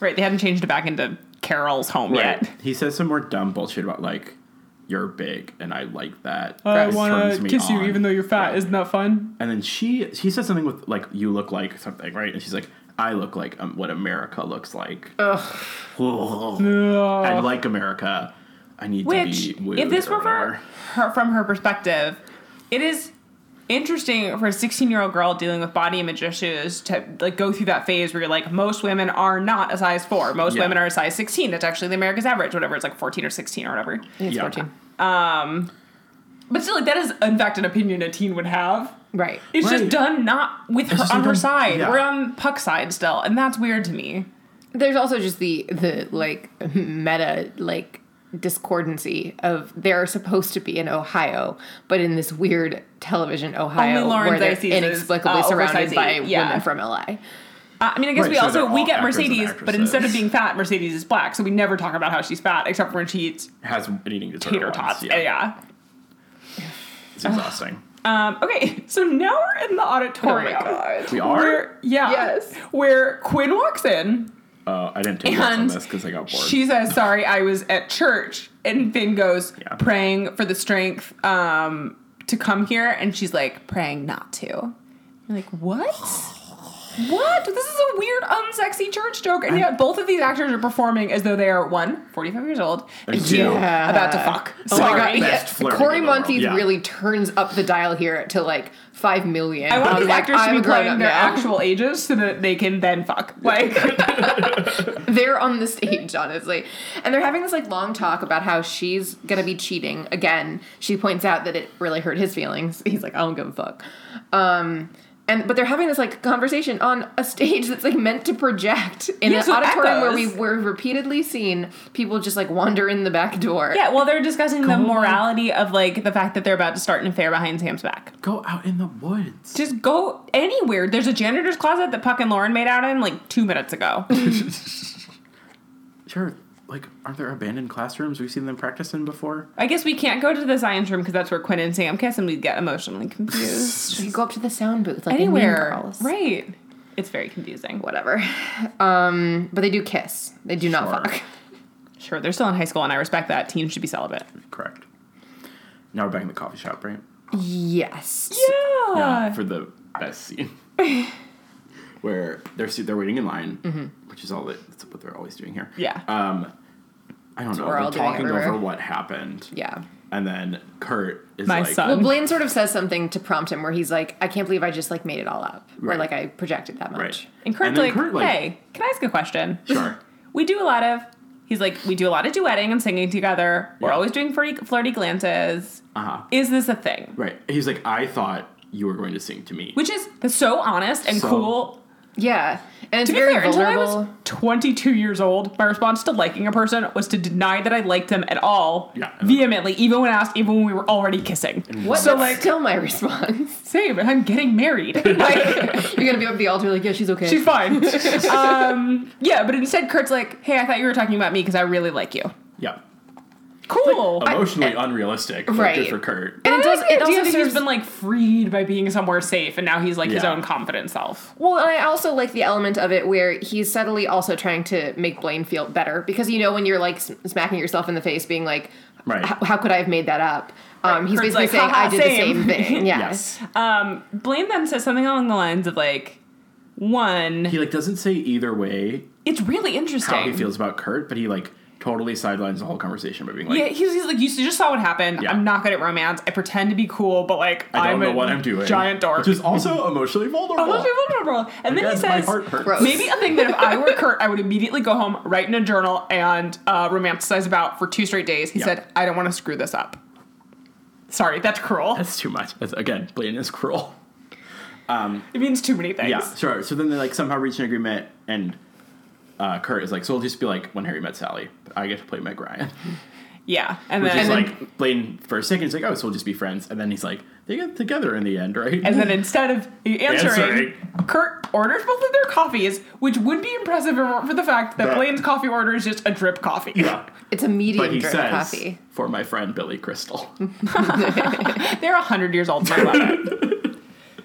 Right? They hadn't changed it back into Carol's home yet. He says some more dumb bullshit about like, you're big and I like that. I This want turns to me uh, kiss you on." even though you're fat. Isn't that fun? And then she she says something with like, you look like something, right? And she's like, I look like um, what America looks like. Ugh. I like America. I need Which, to be wooed if this or were for whatever. her, from her perspective, it is interesting for a 16 year old girl dealing with body image issues to like go through that phase where you're like, most women are not a size four, most Yeah. women are a size 16. That's actually the America's average, whatever it's like 14 or 16 or whatever. I think it's Yeah. 14. But still, like that is in fact an opinion a teen would have. Right. It's just Right. done not with her just on her done- side. yeah. We're on puck side still, and that's weird to me. there's also just the the like meta like discordancy of they're supposed to be in Ohio, but in this weird television Ohio Only Lauren where they're Dicey's is, inexplicably uh, surrounded oversized by yeah. women from LA. Uh, I mean, I guess Right, we so also they're we all get actors and Mercedes, but instead of actresses. being fat, Mercedes is black, so we never talk about how she's fat except for when she eats has an eating disorder. tater once. tots. Yeah. Yeah. It's exhausting. Um, okay, so now we're in the auditorium. Oh God. we are. Where, yeah. Yes. Where Quinn walks in. Uh, I didn't take notes on And this because I got bored. She says, "Sorry, I was at church." And Finn goes, Yeah. "Praying for the strength um, to come here," and she's like, "Praying not to." You're like, "What?" What? This is a weird, unsexy church joke. And yet, both of these actors are performing as though they are one, 45 years old, and two, Yeah. about to fuck. Oh my god! Sorry. Yeah. Best flirting Corey in the world. Monteith Yeah. really turns up the dial here to like five million. I want I'm these like, actors I'm to a be grown-up playing their now. actual ages so that they can then fuck. Like, they're on the stage honestly and they're having this like long talk about how she's gonna be cheating again she points out that it really hurt his feelings he's like i don't give a fuck um and but they're having this like conversation on a stage that's like meant to project in Yeah, an so auditorium where we echoes. were repeatedly seen people just like wander in the back door yeah, well, they're discussing the morality of, like, the fact that they're about to start an affair behind Sam's back. Go out in the woods. Just go anywhere. There's a janitor's closet that Puck and Lauren made out in, like, two minutes ago. Sure. Like, aren't there abandoned classrooms we've seen them practice in before? I guess we can't go to the science room because that's where Quinn and Sam kiss and we'd get emotionally confused. you go up to the sound booth like in Mean anywhere. Girls. Right. It's very confusing. whatever um but they do kiss they do not Sure. fuck Sure, they're still in high school and I respect that. Teens should be celibate. Correct. Now we're back in the coffee shop, right? yes Yeah. for the best scene. Where they're se- they're waiting in line, which is all that, that's what they're always doing here. Mm-hmm. Yeah. Um, I don't know. we're all They're doing talking everywhere. over what happened. yeah And then Kurt is My like, son. Well, Blaine sort of says something to prompt him where he's like, I can't believe I just like made it all up. Or Right. like I projected that much. Right. and Kurt's then like, hey, can I ask a question? Sure. We do a lot of, he's like, we do a lot of duetting and singing together. We're Yeah. always doing flirty, flirty glances. Uh huh. Is this a thing? Right. He's like, I thought you were going to sing to me. Which is that's so honest and So- cool. Yeah. And it's To be very fair, vulnerable. until I was 22 years old, my response to liking a person was to deny that I liked them at all Yeah. vehemently, even when asked, even when we were already kissing. what? So, That's like, still my response. same, I'm getting married. Like, You're gonna be up at the altar like, yeah, she's okay. She's fine. um, yeah, but instead, Kurt's like, "Hey, I thought you were talking about me because I really like you." Yeah. Cool. I- Emotionally unrealistic. but Right. Good for Kurt. and it does. like the It idea also that serves. he's been like freed by being somewhere safe, and now he's like his Yeah. own confident self. well, and I also like the element of it where he's subtly also trying to make Blaine feel better because you know when you're like sm- smacking yourself in the face, being like, Right. "How- how could I have made that up? Um, he's Kurt's basically like, saying, "Ha ha, I did same." the same thing. Yeah. Yes. Um, Blaine then says something along the lines of like, "One, He like doesn't say either way it's really interesting." how he feels about Kurt, but he like totally sidelines the whole conversation by being like, Yeah, he's, he's like, "You just saw what happened. Yeah. I'm not good at romance. I pretend to be cool, but like, I am don't know a what I'm doing. Giant dork." Which is also emotionally vulnerable. I'm also vulnerable. And then he Again, says, my heart hurts. Gross. Maybe a thing that if I were Kurt, I would immediately go home, write in a journal, and uh, romanticize about for two straight days. He Yeah. said, I don't want to screw this up. Sorry, that's cruel. That's too much. That's, again, Blaine is cruel. it means too many things. Yeah, sure. So then they like somehow reach an agreement, and uh, Kurt is like, "So we'll just be like when Harry met Sally. But I get to play Meg Ryan." Yeah. And Which then, is and then, like Blaine for a second is like, "Oh, so we'll just be friends," and then he's like, "They get together in the end, right?" and then instead of answering, Answering. Kurt orders both of their coffees, which would be impressive if it weren't for the fact that That- Blaine's coffee order is just a drip coffee. yeah, It's a medium but he drip says coffee. for my friend Billy Crystal. They're 100 years old. and I love it.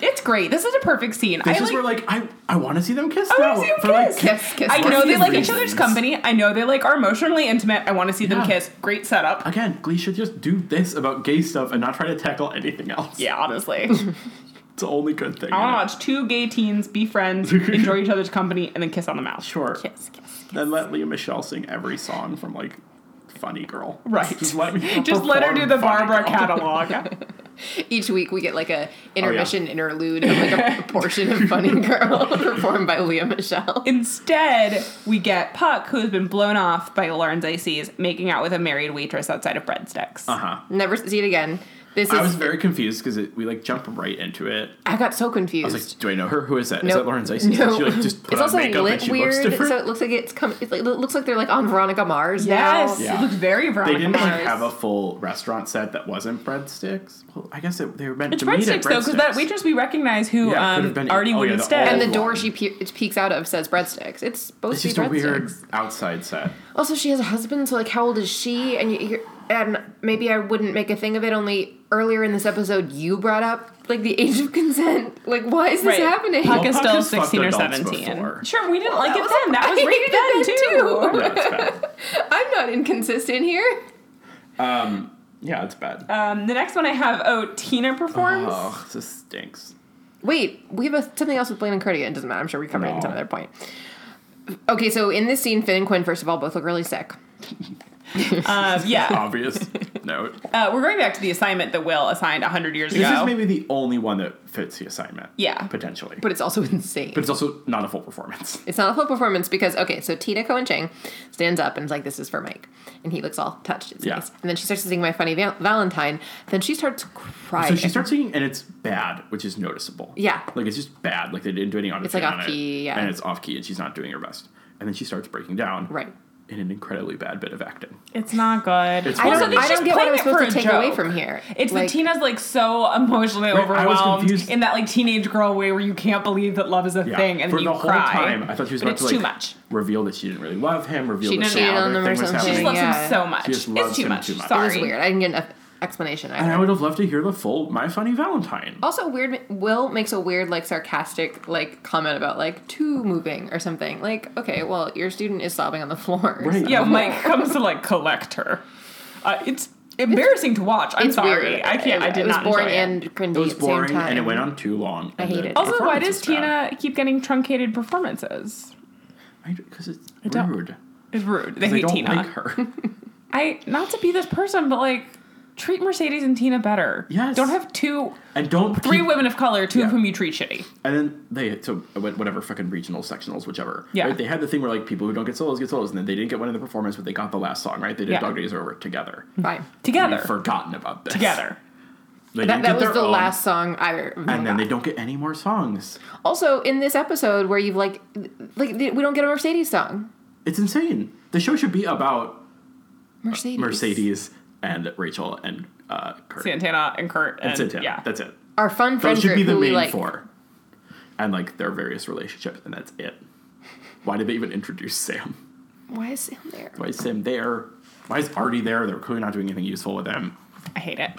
It's great. This is a perfect scene. This I is where like I I want to see them kiss I now. wanna see them for like kiss. Kiss, kiss. I kiss. know they like each reasons. other's company. I know they like are emotionally intimate. I want to see them Yeah. kiss. Great setup. again, Glee should just do this about gay stuff and not try to tackle anything else. Yeah, honestly. I want it's the only good thing. to in it. watch two gay teens be friends, enjoy each other's company, and then kiss on the mouth. Sure. Kiss, kiss. Then let Leah Michelle sing every song from like Funny Girl. Right. Just let me Just let her do perform the Funny Barbara Girl. catalog. Each week we get like Oh, a intermission interlude of like a portion of Funny Girl performed by Leah Michelle. Instead, we get Puck, who has been blown off by Lauren's ICs, making out with a married waitress outside of breadsticks. Uh-huh. Never see it again. This is I was very confused because we like jump right into it. I got so I confused. was like, do I know her? Who is that? Is Nope. that Lauren Zeissy? No. She like just put it's on also makeup lit and she weird, looks different. so it looks like it's come. It's like, it looks like they're like on Veronica Mars Yes, now. Yeah. it looks very they Veronica didn't like Mars. have a full restaurant set that wasn't breadsticks. Well, I guess it, they were meant It's to breadsticks meet at breadsticks though, because that waitress we recognize who Yeah, it could um, have been- already oh, went yeah, the instead. And the Old door one. she pe- it peeks out of says breadsticks. It's supposed It's to be just a breadsticks. weird outside set. Also, she has a husband, so like, how old is she? And you, you're, and maybe I wouldn't make a thing of it. Only earlier in this episode, you brought up like the age of consent. Like, why is this Right. happening? Puck Well, is Puck still has fucked 16 or adults 17. before. Sure, we didn't like that it was- then. That was I rape hated then, that too. Yeah, it's bad. I'm not inconsistent here. Um, yeah, it's bad. Uh-huh. Um, the next one I have, oh, Tina performs. Oh, this stinks. Wait, we have a, something else with Blaine and Cardia. It doesn't matter. I'm sure we covered it at some No. other point. Okay, so in this scene, Finn and Quinn, first of all, both look really sick. Um, yeah, Obvious note. uh, we're going back to the assignment that Will assigned hundred years This ago. is maybe the only one that fits the assignment. Yeah. Potentially. But it's also insane. but it's also not a full performance. It's not a full performance because okay, so Tita Cohen Chang stands up and is like, "This is for Mike," and he looks all touched. It's Yeah. nice. And then she starts to sing "My Funny Val- Valentine." Then she starts crying. So she starts singing, and it's bad, which is noticeable. Yeah. like it's just bad. Like they didn't do any auto It's, like, on off-key, it, yeah. and it's off key, and she's not doing her best. And then she starts breaking down, Right. in an incredibly bad bit of acting. it's not good. It's I Also, don't, they I just don't get what played I'm it for supposed to a take away joke. from here. It's Like, that Tina's like so emotionally Right, I was overwhelmed confused. in that like teenage girl way where you can't believe that love is a Yeah. thing and for then the you whole cry. time, I thought she was But about it's to like too much. reveal that she didn't really love him, reveal She that didn't some cheated other on him or thing was something. She just happening. loves Yeah. him so much. She just It's loves too him much. too much. It Sorry. was weird. I didn't get enough explanation. And Either. I would have loved to hear the full "My Funny Oh, Valentine." also, weird. Will makes a weird, like, sarcastic, like, comment about like too moving or something. Like, okay, well, your student is sobbing on the floor. Right. Yeah, Mike comes to like collect her. Uh, it's embarrassing to watch. I'm It's sorry. weird. I can't. I did it was not boring enjoy it. and cringy It was at the boring, same time. and it went on too long. and hated the it. Also, why performance does was bad. Tina keep getting truncated performances? Because it's don't- rude. It's rude. They They hate don't Tina. like her. I not to be this person, but like treat Mercedes and Tina better. Yes. Don't have two And don't three keep- women of color, two of Yeah. whom you treat shitty. And then they so uh, wh- whatever fucking regional sectionals, whichever. Yeah. Right? They had the thing where like people who don't get solos get solos, and then they didn't get one in the performance, but they got the last song. Right? They did Yeah. Dog Days Are Over together. Fine. Together. We've forgotten about this. Together. They That, didn't that get was their the own, last song I remember. And then they don't get any more songs. also in this episode where you've like, like th- we don't get a Mercedes song. It's insane. The show should be about Mercedes. Mercedes and Rachel and uh, Kurt. Santana and Kurt and That's it. Yeah. yeah. That's it. Our fun friend Those should group be the who we main like. four. And like their various relationships, and that's it. Why did they even introduce Sam? Why is Sam there? Why is Sam there? Why is Artie there? They're clearly not doing anything useful with him. I hate it.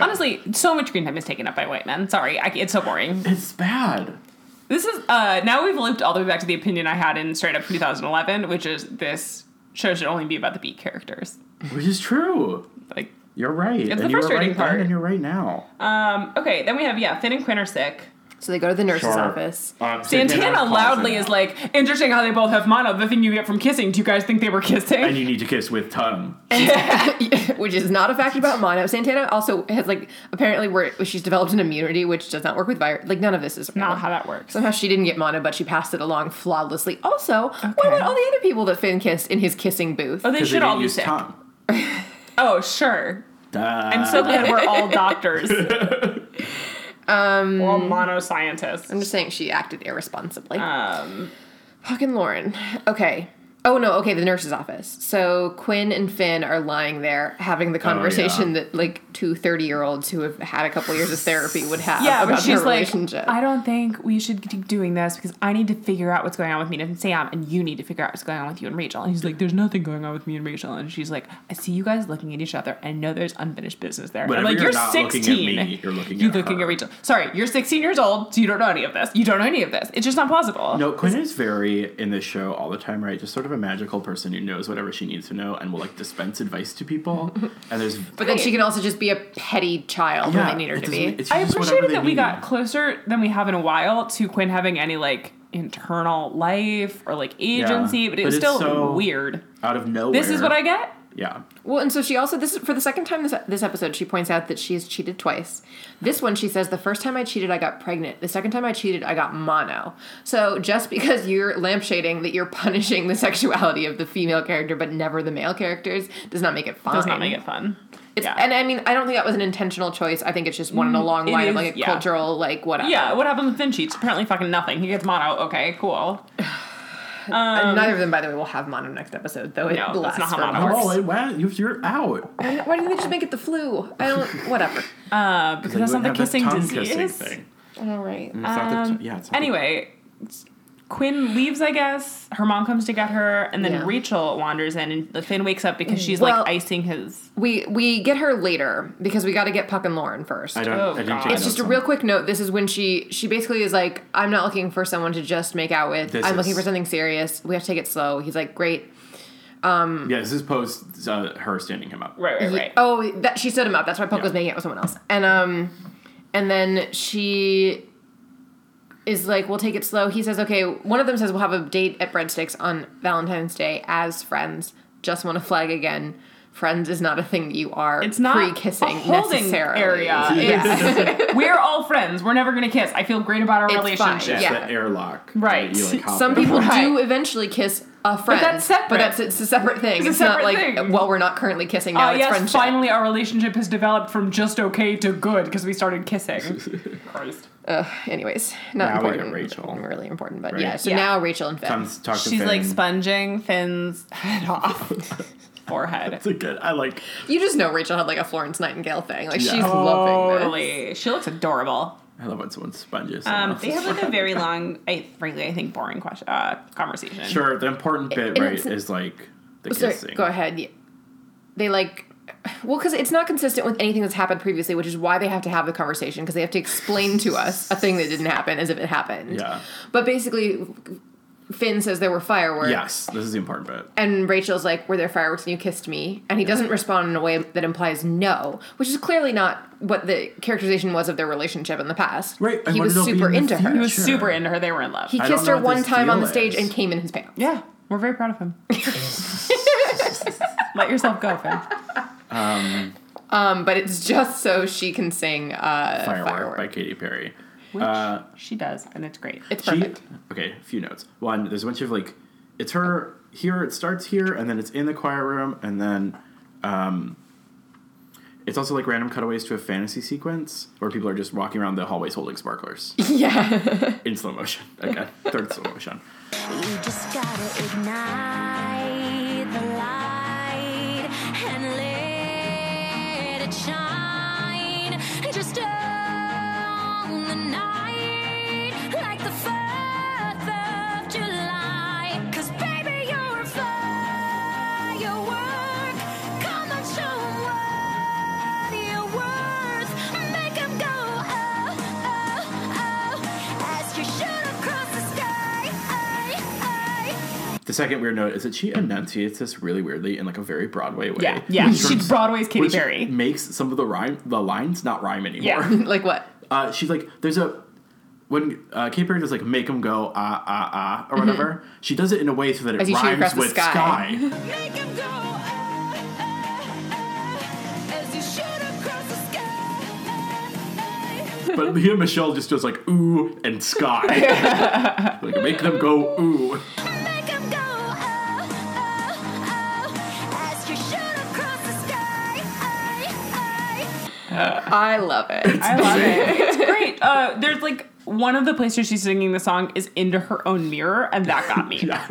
Honestly, so much screen time is taken up by white men. Sorry, I, it's so boring. It's bad. This is uh now we've looped all the way back to the opinion I had in Straight Up 2011, which is this show should only be about the B characters. Which is true. Like, You're right. It's and the you were frustrating right part. Then, and you're right now. um, okay, then we have yeah, Finn and Quinn are sick. So they go to the nurse's Sure. office. Uh, Santana calls loudly it. is like, interesting how they both have mono. The thing you get from kissing. Do you guys think they were kissing? And you need to kiss with tongue. which is not a fact about mono. Santana also has like apparently where she's developed an immunity which does not work with virus. Like none of this is real. Not how that works. oh, Somehow she didn't get mono, but she passed it along flawlessly. Also, what about all the other people that Finn kissed in his kissing booth? Oh, they 'Cause should didn't all be use sick. tongue. Oh, sure. Duh. I'm so glad we're all doctors. um, we're all mono scientists. I'm just saying she acted irresponsibly. Um, Fucking Lauren. Okay. Oh no, okay, the nurse's office. So Quinn and Finn are lying there having the conversation that like two 30 year olds who have had a couple years of therapy would have yeah, about but she's their like, relationship. I don't think we should keep doing this because I need to figure out what's going on with me and Sam, and you need to figure out what's going on with you and Rachel. And he's like, There's nothing going on with me and Rachel. And she's like, I see you guys looking at each other. I know there's unfinished business there. Whenever I'm like, You're you're not 16. looking at me, you're looking You're at looking her." at Rachel. Sorry, you're 16 years old, so you don't know any of this. You don't know any of this. It's just not possible. No, Quinn is very in this show all the time, right? Just sort of a magical person who knows whatever she needs to know and will like dispense advice to people. And there's but then she can also just be a petty child yeah, when they need her it to doesn't- be. it's I just whatever appreciated they that we need. got closer than we have in a while to Quinn having any like internal life or like agency, but it But was it's still so- weird. out of nowhere. This is what I get. yeah. Well, and so she also this for the second time this this episode she points out that she has cheated twice. This one she says the first time I cheated I got pregnant. The second time I cheated I got mono. So just because you're lampshading that you're punishing the sexuality of the female character but never the male characters does not make it fine. Does not make it fun. It's, yeah. Mm, And I mean, I don't think that was an intentional choice. I think it's just one in a long it line is, of like a yeah. cultural, like whatever. yeah, what happened with Finn cheats? Apparently fucking nothing. He gets mono. Okay, cool. And neither of them, by the way, will have mono next episode, though. It um, No, that's lasts not how for mono Oh, months. it went. you- You're out. Why didn't they just make it the flu? I don't. Whatever. Uh, because that's not the Like, you kissing have tongue disease. thing. All right. It's not the Um, t- yeah, it's not the- anyway, s- Quinn leaves, I guess. Her mom comes to get her, and then Yeah. Rachel wanders in, and Finn wakes up because she's Well- like icing his. We we get her later because we got to get Puck and Lauren first. I don't. Oh, I didn't God. take It's notes just a on real that. quick note. This is when she she basically is like, I'm not looking for someone to just make out with. This I'm is- looking for something serious. We have to take it slow. He's like, great. Yeah, this is post uh, her standing him up. Right, right, right. Oh, that she stood him up. That's why Puck was making out with someone else. And um, and then she is like, we'll take it slow. He says, okay, one of them says we'll have a date at Breadsticks on Valentine's Day as friends. Just want to flag again. Friends is not a thing that you are It's not pre-kissing a holding necessarily. area. It's- we're all friends. We're never gonna kiss. I feel great about our It's fine, relationship. It's yeah. the airlock. Right. that you, like, hop Some in. people do Right. eventually kiss a friend, that's separate. But that's it's a separate thing. It's, a not separate like thing. well, we're not currently kissing now. Ah, it's yes, friendship. finally our relationship has developed from just okay to good because we started kissing. Christ. Ugh, anyways, not Now we get important. Rachel. really important, but Right. yeah. So Yeah. now Rachel and Finn. Comes talk to She's Finn. like sponging Finn's head off. Forehead. It's a good. I like. you just know Rachel had like a Florence Nightingale thing. Like Yeah. she's Oh, loving this. Totally. she looks adorable. I love when someone sponges. someone Um, else's they have like a forehead. very long, I frankly, I think boring question, uh, conversation. Sure, the important bit, And right, it's- Oh, is like the Sorry, kissing. go ahead. Yeah. They like. Well, because it's not consistent with anything that's happened previously, which is why they have to have the conversation because they have to explain to us a thing that didn't happen as if it happened. Yeah. But basically, Finn says there were fireworks. Yes, this is the important bit. And Rachel's like, "Were there fireworks and you kissed me?" And he doesn't respond in a way that implies no, which is clearly not what the characterization was of their relationship in the past. Right, and He what was it'll be super in the into her. He was Sure. super into her. They were in love. He I don't kissed know her what one this time on the deal stage is. and came in his pants. yeah, we're very proud of him. Let yourself go, Finn. Um, but it's just so she can sing uh, Firework, firework. by Katy Perry. Which Uh, she does, and it's great. It's She, perfect. okay, a few notes. One, there's a bunch of like, it's her here. It starts here, and then it's in the choir room, and then, um, it's also like random cutaways to a fantasy sequence where people are just walking around the hallways holding sparklers yeah, in slow motion. Again, third slow motion. You just gotta ignite the light and let it shine. Just own the night like the 4th of July. Cause baby, you're a firework. Come on, show 'em what you're worth. Make 'em go, oh, oh, oh. As you shoot across the sky. The second weird note is that she enunciates this really weirdly in like a very Broadway way. Yeah, yeah. Which She's turns- Broadway's Katy which Perry. makes some of the rhyme, the lines not rhyme anymore. Yeah. like what? uh, she's like, there's a when uh, Katy Perry does like make them go ah ah ah or whatever. She does it in a way so that Mm-hmm. As it you shoot across rhymes the with sky. sky. Make 'em go, oh, oh, oh, as you shoot across the sky. but Leah Michelle just does like ooh and sky. like make them go ooh. Make 'em go, oh, oh, oh, as you shoot across the sky. I love it. I love it. It's great. Uh, there's like one of the places she's singing the song is into her own mirror, and that got me. Yeah.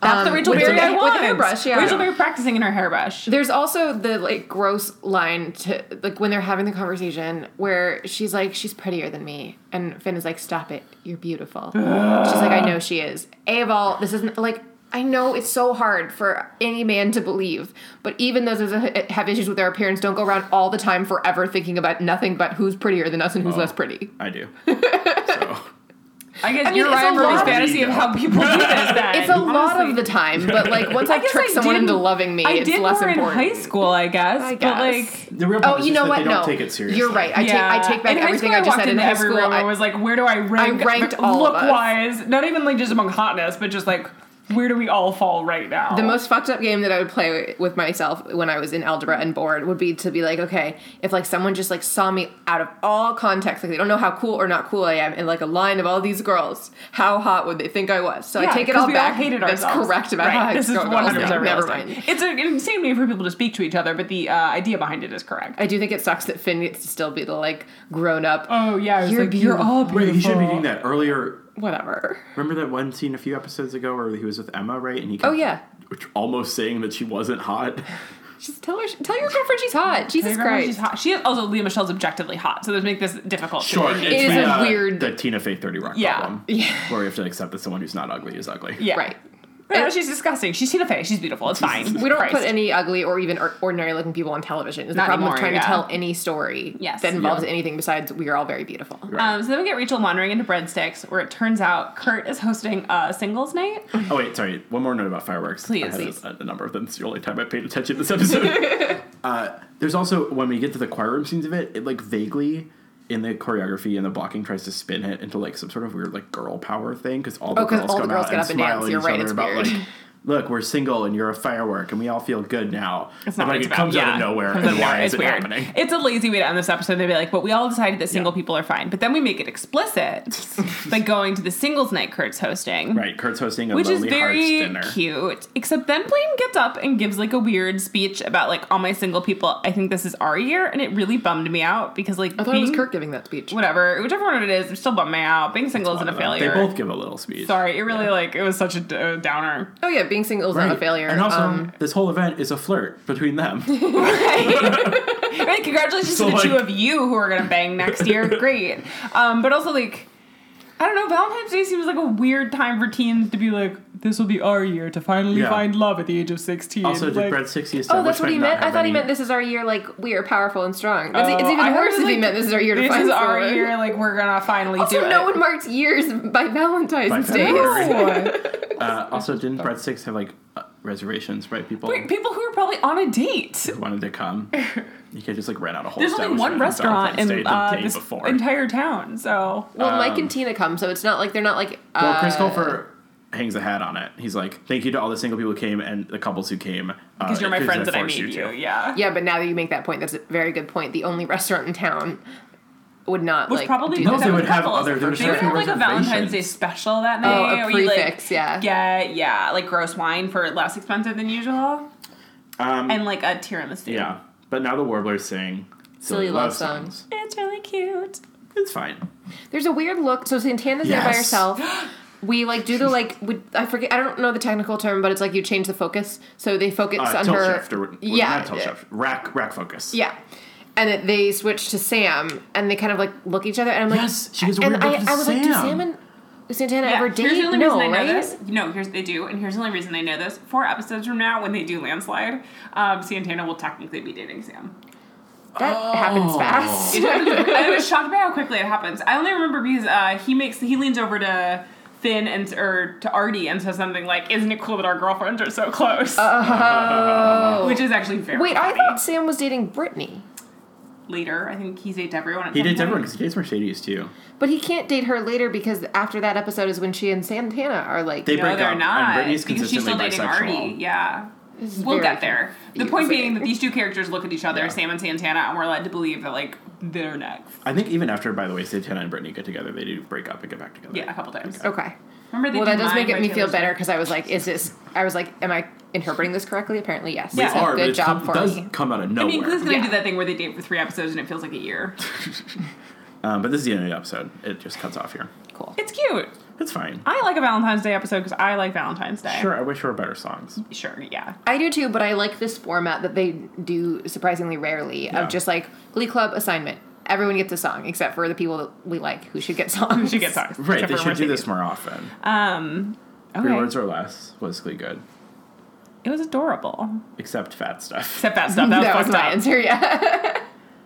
That's the Um, Rachel with Berry the- I with the want. hairbrush, yeah. Rachel Berry practicing in her hairbrush. There's also the like gross line to like when they're having the conversation where she's like, "She's prettier than me," and Finn is like, "Stop it, you're beautiful." she's like, "I know she is." A of all, this isn't like. I know it's so hard for any man to believe, but even those that have issues with their appearance don't go around all the time forever thinking about nothing but who's prettier than us and who's less pretty. I do. So I guess mean, you're it's Ryan a Murphy's lot of- fantasy of how people do this. Then. It's a lot honestly. of the time, but like once I've guess tricked I someone did- into loving me, I it's did less more important. in high school, I guess. I But guess. like. the real Oh, problem is you just know that what? They no, don't take it seriously. You're right. I take I take back in high school, everything I just walked said in into high every school. room, I I- was like, where do I rank? ranked all of look us. wise, not even like just among hotness, but just like where do we all fall right now? the most fucked up game that I would play with myself when I was in algebra and bored would be to be like, okay, if like someone just like saw me out of all context, like they don't know how cool or not cool I am, in like a line of all these girls, how hot would they think I was? So I Yeah, take it 'cause all we back. hated That's ourselves. correct about Right, how high this is school 100 girls. percent are. Never realistic. mind. It's an insane way for people to speak to each other, but the uh, idea behind it is correct. I do think it sucks that Finn gets to still be the like grown up. Oh yeah, I was You're like, you're all beautiful. Wait, he should be doing that earlier. whatever. Remember that one scene a few episodes ago where he was with Emma, right? And he Oh kept yeah. almost saying that she wasn't hot. Just tell her. Tell your girlfriend she's hot. Jesus Remember Christ. She's hot. She is also Leah Michelle's objectively hot, so let's make this difficult. to it's me. It is the, a uh, weird- the Tina Fey Thirty Rock Yeah. problem, where we have to accept that someone who's not ugly is ugly. yeah, Right. No, she's disgusting. She's Tina Fey. She's beautiful. It's fine. We don't Christ. put any ugly or even ordinary looking people on television. Is the Not problem of anymore, trying to yeah. tell any story Yes. that involves Yeah. anything besides we are all very beautiful. Um, so then we get Rachel wandering into breadsticks, where it turns out Kurt is hosting a singles night. Oh wait, sorry. One more note about fireworks. Please, I had please. A, a number of them. It's the only time I paid attention this episode. uh, there's also when we get to the choir room scenes of it, it like vaguely in the choreography and the blocking tries to spin it into like some sort of weird like girl power thing because all the Oh, 'cause girls all the come girls out get and up and smile dance. at You're each right, other it's about weird. like. Look, we're single and you're a firework and we all feel good now. It's not And, what like it's it about. comes out Yeah. of nowhere Comes out of and why nowhere. It's is it weird. happening? It's a lazy way to end this episode. They'd be like, "But we all decided that single Yeah. people are fine." But then we make it explicit by going to the singles night Kurt's hosting, Right, Kurt's hosting a which is Lonely Hearts very dinner. cute. Except then Blaine gets up and gives like a weird speech about like all my single people. I think this is our year, and it really bummed me out because like I thought it was being- Kirk giving that speech. whatever, whichever one it is, it still bummed me out. Being single isn't a They failure. both give a little speech. Sorry, it really like it was such a d- a downer. Oh yeah, being single is not a failure. And also, um, this whole event is a flirt between them. Right, congratulations So, to the two like- of you who are gonna bang next year. Great. Um, but also like I don't know, Valentine's Day seems like a weird time for teens to be like, this will be our year to finally Yeah. find love at the age of sixteen. also, did Like, Brett's 60th oh, that's what he meant. I thought he meant this is our year. Like we are powerful and strong. It's, it's oh, even I worse heard, if he like, meant this is our year to This find is our someone. year, like we're gonna finally Also, do no it. one marks years by Valentine's By Day. February. No. Uh, also, didn't Brett Six have like uh, reservations, right? People Wait, people who are probably on a date. who wanted to come. You could just like rent out a whole. There's only one establishment on restaurant Valentine's Day in the uh, day this before. Uh, entire town, so Well, Mike and Tina come, so it's not like they're not like. Uh, well, Chris Colfer hangs a hat on it. He's like, "Thank you to all the single people who came and the couples who came uh, because you're my friends and I need need you. Yeah. Yeah, but now that you make that point, that's a very good point. The only restaurant in town would not Which like probably do No, because they that would was have couples. other- they would They have would have like a reservations. Valentine's Day special that night. Oh, a where you, like, prefix, yeah. Get yeah, like gross wine for less expensive than usual, Um, and like a tiramisu. yeah, but now the Warblers sing Silly love songs. it's really cute. It's fine. There's a weird look. So Santana's there by Yes. herself. We like do the like we, I forget I don't know the technical term, but it's like you change the focus. So they focus Uh, on tilt her. shift or well, yeah, not tilt shift. Rack rack focus. yeah. And it, they switch to Sam, and they kind of like look each other, and I'm like, Yes, she gives a and weird I, look to I was like, do Sam. Sam and Santana Yeah. ever Here's date? the only no, reason I know right? this. No, here's they do, and here's the only reason I know this. Four episodes from now, when they do landslide, um, Santana will technically be dating Sam. That Oh. happens fast. I was shocked by how quickly it happens. I only remember because uh, he makes he leans over to Finn and or to Artie and says something like, "Isn't it cool that our girlfriends are so close?" Oh. Which is actually very Wait, I funny. thought Sam was dating Brittany, later. I think he dates everyone. At He some dates point. everyone because he dates Mercedes too. but he can't date her later because after that episode is when she and Santana are like. They No, break they're up, not. and Brittany's because she's consistently still dating bisexual. Artie. Yeah. is We'll very get there. The point being that these two characters look at each other, Yeah. Sam and Santana, and we're led to believe that like they're next. I think even after, by the way, Santana and Brittany get together, they do break up and get back together. Yeah, a couple times. okay. Remember they Well, did that does Mine make it by me feel Taylor better because I was like, is this? I was like, am I interpreting this correctly? Apparently, yes. They Yeah. So are, but good it job come- for does me. come out of I nowhere. mean, Glue's gonna Yeah. do that thing where they date for three episodes and it feels like a year. um, but this is the end of the episode. It just cuts off here. Cool. It's cute. It's fine. I like a Valentine's Day episode because I like Valentine's Day. Sure, I wish there were better songs. Sure, yeah. I do too, but I like this format that they do surprisingly rarely Yeah. of just like Glee Club assignment. Everyone gets a song except for the people that we like who should get songs. She Who gets songs. Right, except they for should do Mercedes. this more often. Um, Three okay. words or less was Glee good, it was adorable. except fat stuff. Except fat stuff. That was That was fucked my up. answer. Yeah.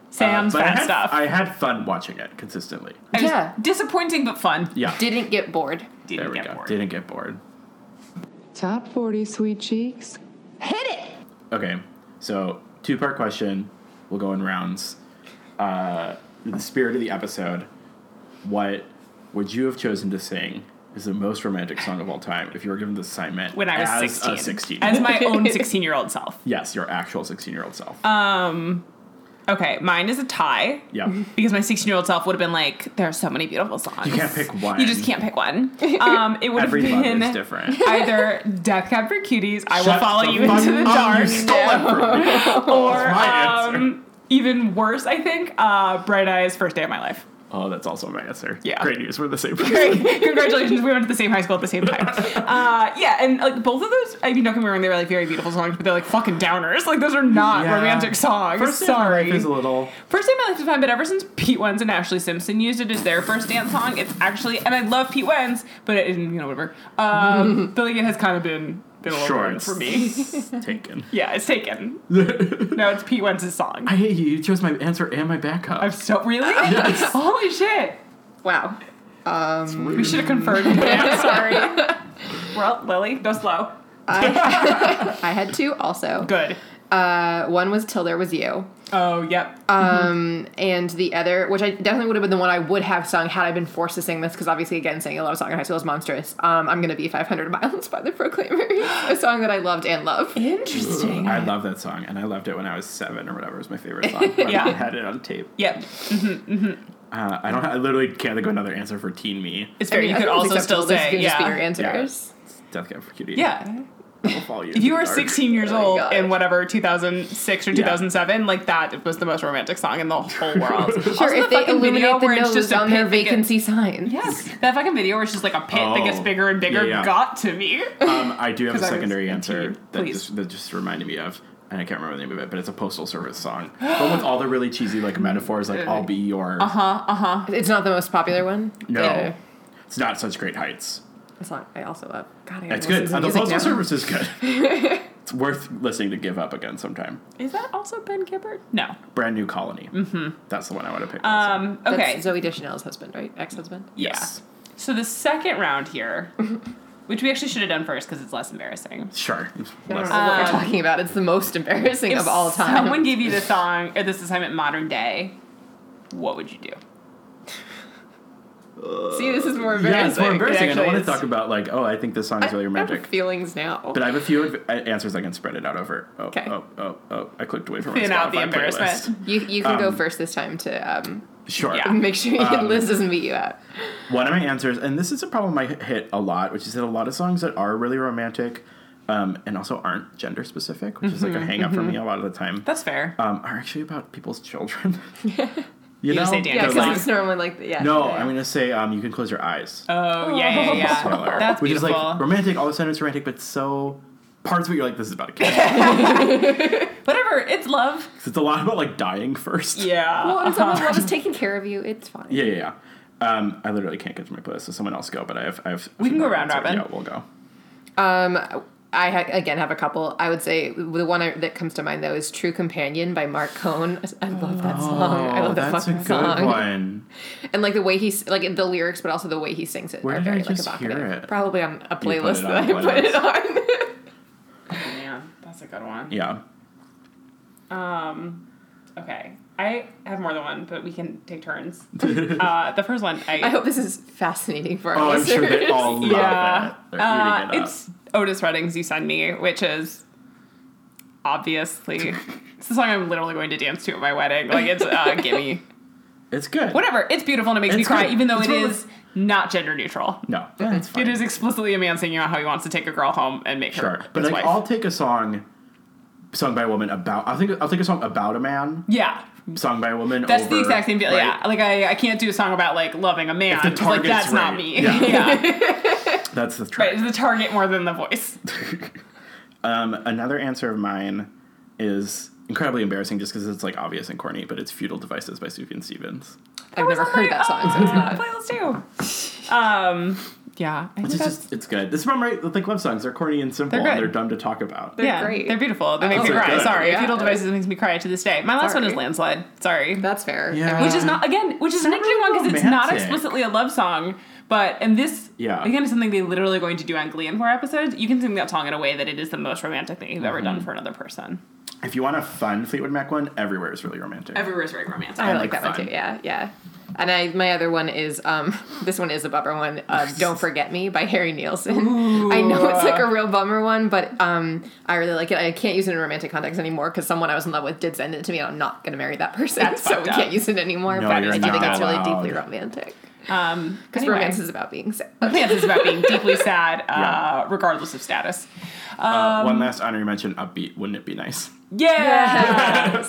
Sam's Uh, But I fat had, stuff. I had fun watching it consistently. It was Yeah. Disappointing but fun. Yeah, Didn't get bored. Didn't there we get go. bored. Didn't get bored. Top 40 sweet cheeks. Okay, so two part question. We'll go in rounds. Uh, in the spirit of the episode, what would you have chosen to sing is the most romantic song of all time if you were given this assignment when I was as a 16. 16. As my own 16 year old self. yes, your actual 16 year old self. Um, Okay, mine is a tie. yeah. Because my 16 year old self would have been like, there are so many beautiful songs. You can't pick one. You just can't pick one. Um, it would have Every love been is different. either Death Cab for Cuties, I will Shut follow the you into fuck the up, dark, You stole it from me. or my answer. um, even worse, I think, uh, Bright Eyes, First Day of My Life. Oh, that's also my answer. Yeah. Great news. We're the same person. Great. Congratulations, we went to the same high school at the same time. Uh, yeah, and like both of those, I mean, don't get me wrong, they were like very beautiful songs, but they're like fucking downers. Like those are not Yeah. romantic songs. First Day of My Sorry. Life is a little. First Day of My Life is fine, but ever since Pete Wentz and Ashley Simpson used it as their first dance song, it's actually, and I love Pete Wentz, but it, you know, whatever. Um, but like it has kind of been, been a little Sure, hard it's- for me. Taken. Yeah, it's taken. no, it's Pete Wentz's song. I hate you. You chose my answer and my backup. I'm so really. Holy shit! Wow. We should have confirmed. I'm sorry. well, Lily, go slow. I had two also. Good. Uh, one was Till There Was You. Oh, yep. Um, and the other, which I definitely would have been the one I would have sung had I been forced to sing this, because obviously, again, singing a love song in high school is monstrous. Um, I'm gonna be 500 miles by the Proclaimers, a song that I loved and love. Interesting. I love that song, and I loved it when I was seven or whatever. It was my favorite song. Yeah. I had it on tape. Yep. Uh, I don't. I literally can't think of another answer for Teen Me. It's fair. I mean, you I could think it's also still acceptable. Those say, could just be your yeah. answers. It's Death Cab for Cutie. Yeah. We'll follow you. If you were 16 years Oh my old gosh. in whatever 2006 or 2007, like that was the most romantic song in the whole world. Sure, if they illuminate the nose a on their pit that gets- vacancy sign. Yes, that fucking video where it's just like a pit that gets Oh. bigger and bigger Yeah, yeah. got to me. Um, I do have a 'Cause I was secondary answer 15. that Please. just, that just reminded me of, and I can't remember the name of it, but it's a Postal Service song. but with all the really cheesy like metaphors, like "I'll be your." Uh Uh-huh. huh. It's not the most popular one. No, Yeah. it's not such great heights. It's not. I also love. God, I It's gotta good. listen Uh, to the music Postal now. Service is good. it's worth listening to give up again sometime. Is that also Ben Gibbard? No. Brand new colony. Mm-hmm. That's the one I would have picked. Um, okay. That's Zoe Deschanel's husband, right? Ex-husband. yes. So the second round here, which we actually should have done first because it's less embarrassing. Sure. I don't Let's- know Um, what we're talking about. It's the most embarrassing If of all time. someone gave you the song or this assignment modern day, what would you do? See, this is more embarrassing. yeah, it's more embarrassing. I don't want to Actually, talk about like, oh, I think this song is really I have romantic. feelings now. But I have a few adv- answers I can spread it out over. Oh, 'Kay. oh, oh, oh! I clicked away from my Clean out the Spotify embarrassment. you you can go um, first this time to um, playlist. Sure. Yeah. make sure Um, Liz doesn't beat you out. One of my answers, and this is a problem I hit a lot, which is that a lot of songs that are really romantic, um, and also aren't gender specific, which is like a hang up for me a lot of the time, That's fair. um, are actually about people's children. you gonna know, say Daniel Yeah, They're Craig. because it's normally like yeah. No, yeah. I'm gonna say um, you can close your eyes. oh yeah, yeah, yeah. Taylor. That's which beautiful. is like romantic. All of a sudden, it's romantic, but so parts of it you're like, this is about a kid. Whatever. It's love. 'Cause it's a lot about like dying first. Yeah. Well, it's about love is taking care of you. It's fine. Yeah, yeah, yeah. Um, I literally can't get to my playlist, so someone else go. But I have, I have. We can go round answer. robin. Yeah, we'll go. Um, I ha- again have a couple. I would say the one I, that comes to mind though is "True Companion" by Mark Cohn. I love that song. I love that Oh, that's fucking a good song. one. And like the way he's like the lyrics, but also the way he sings it Where are did I very just like hear evocative. it? Probably on a put it playlist on that I a put it on. yeah, Oh, that's a good one. Yeah. Um, okay. I have more than one, but we can take turns. uh, the first one, I, I hope this is fascinating for Oh, our I'm listeners. sure they all love yeah, that. They're uh, eating it up. it's Otis Redding's "You Send Me," which is obviously it's the song I'm literally going to dance to at my wedding. Like it's uh, "Gimme," It's good. whatever. It's beautiful and it makes me It's cry, good. even though It's it really- is not gender neutral. No, it's fine. It is explicitly a man singing about how he wants to take a girl home and make sure, her but his like, wife. I'll take a song sung by a woman about. I think I'll take a song about a man yeah, sung by a woman. That's the over- exact same deal. right? Yeah, like I, I can't do a song about like loving a man. the It's like target's that's not right. me. Yeah. yeah. That's the right. track. It's the target more than the voice. Um, another answer of mine is incredibly embarrassing, just because it's like obvious and corny, but it's "Futile Devices" by Sufjan Stevens. I've never heard that song, so Playlist it's not. too. Um, yeah, I think It's that's, just it's good. This is from right like love songs. They're corny and simple They're and good. they're dumb to talk about. they're great. They're beautiful. They make me they're cry. good. Sorry, Yeah. fetal devices makes me cry to this day. My last one is Sorry. landslide. Sorry. That's fair. Yeah. which is not again, which is an interesting one because it's not romantic. explicitly a love song, but and this Yeah. again is something they literally going to do on Glee in four episodes. You can sing that song in a way that it is the most romantic thing you've ever done for another person. If you want a fun Fleetwood Mac one, everywhere is really romantic. Everywhere is very romantic. I and, like like, that one fun. too. Yeah, yeah. And I, my other one is um, this one is a bummer one. Uh, Don't forget me by Harry Nielsen. I know it's like a real bummer one, but um, I really like it. I can't use it in a romantic context anymore because someone I was in love with did send it to me, and I'm not going to marry that person, That's so fucked we up. can't use it anymore. No, but you're I do think not it's really allowed. deeply romantic Um, because anyway. romance is about being sad. Romance is about being deeply sad, uh, regardless of status. Uh, um, one last honorary mention: upbeat. Wouldn't it be nice? Yeah.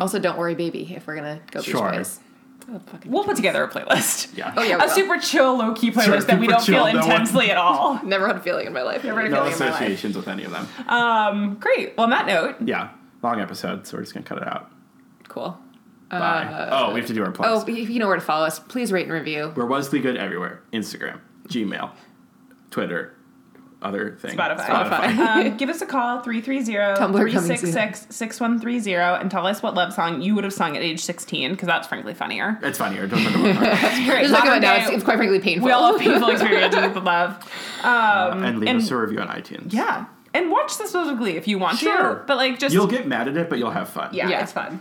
also, don't worry, baby. If we're gonna go Beach Sure. Boys. Oh, fucking- we'll put together a playlist. Yeah. Oh, yeah, we A will. super chill, low key playlist that we super don't feel chill, no one- intensely at all. Never had a feeling in my life. Never had a No feeling in my life. associations with any of them. Um, great. Well, on that note, Yeah. Long episode, so we're just gonna cut it out. Cool. Uh, Bye. oh, we have to do our plugs. Oh, you you know where to follow us. Please rate and review. We're Wesley Good everywhere. Instagram, Gmail, Twitter, other thing. Spotify. Spotify. um, give us a call 330-366-6130 and tell us what love song you would have sung at age 16 because that's frankly funnier. it's funnier. Don't talk about that. Great. Just talk Modern about it now. day, It's, it's quite frankly painful. we all have painful experiences with love. Um, And leave and- us a review on iTunes. Yeah. and watch this with Glee if you want Sure. to. But like just You'll get mad at it, but you'll have fun. yeah, Yeah. it's fun.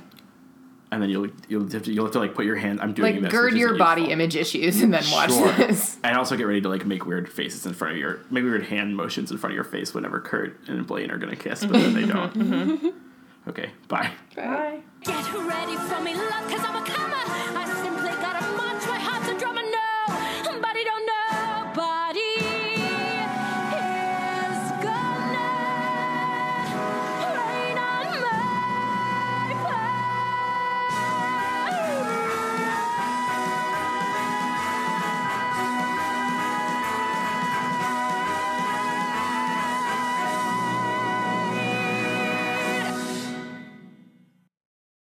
And then you'll you'll have to you'll have to like put your hand. I'm doing Like this. gird which your is body useful. image issues and then watch Sure. this. And also get ready to like make weird faces in front of your make weird hand motions in front of your face whenever Kurt and Blaine are gonna kiss, but then they don't. Okay, bye. Bye. Get ready for me, love, cause I'm a comer. I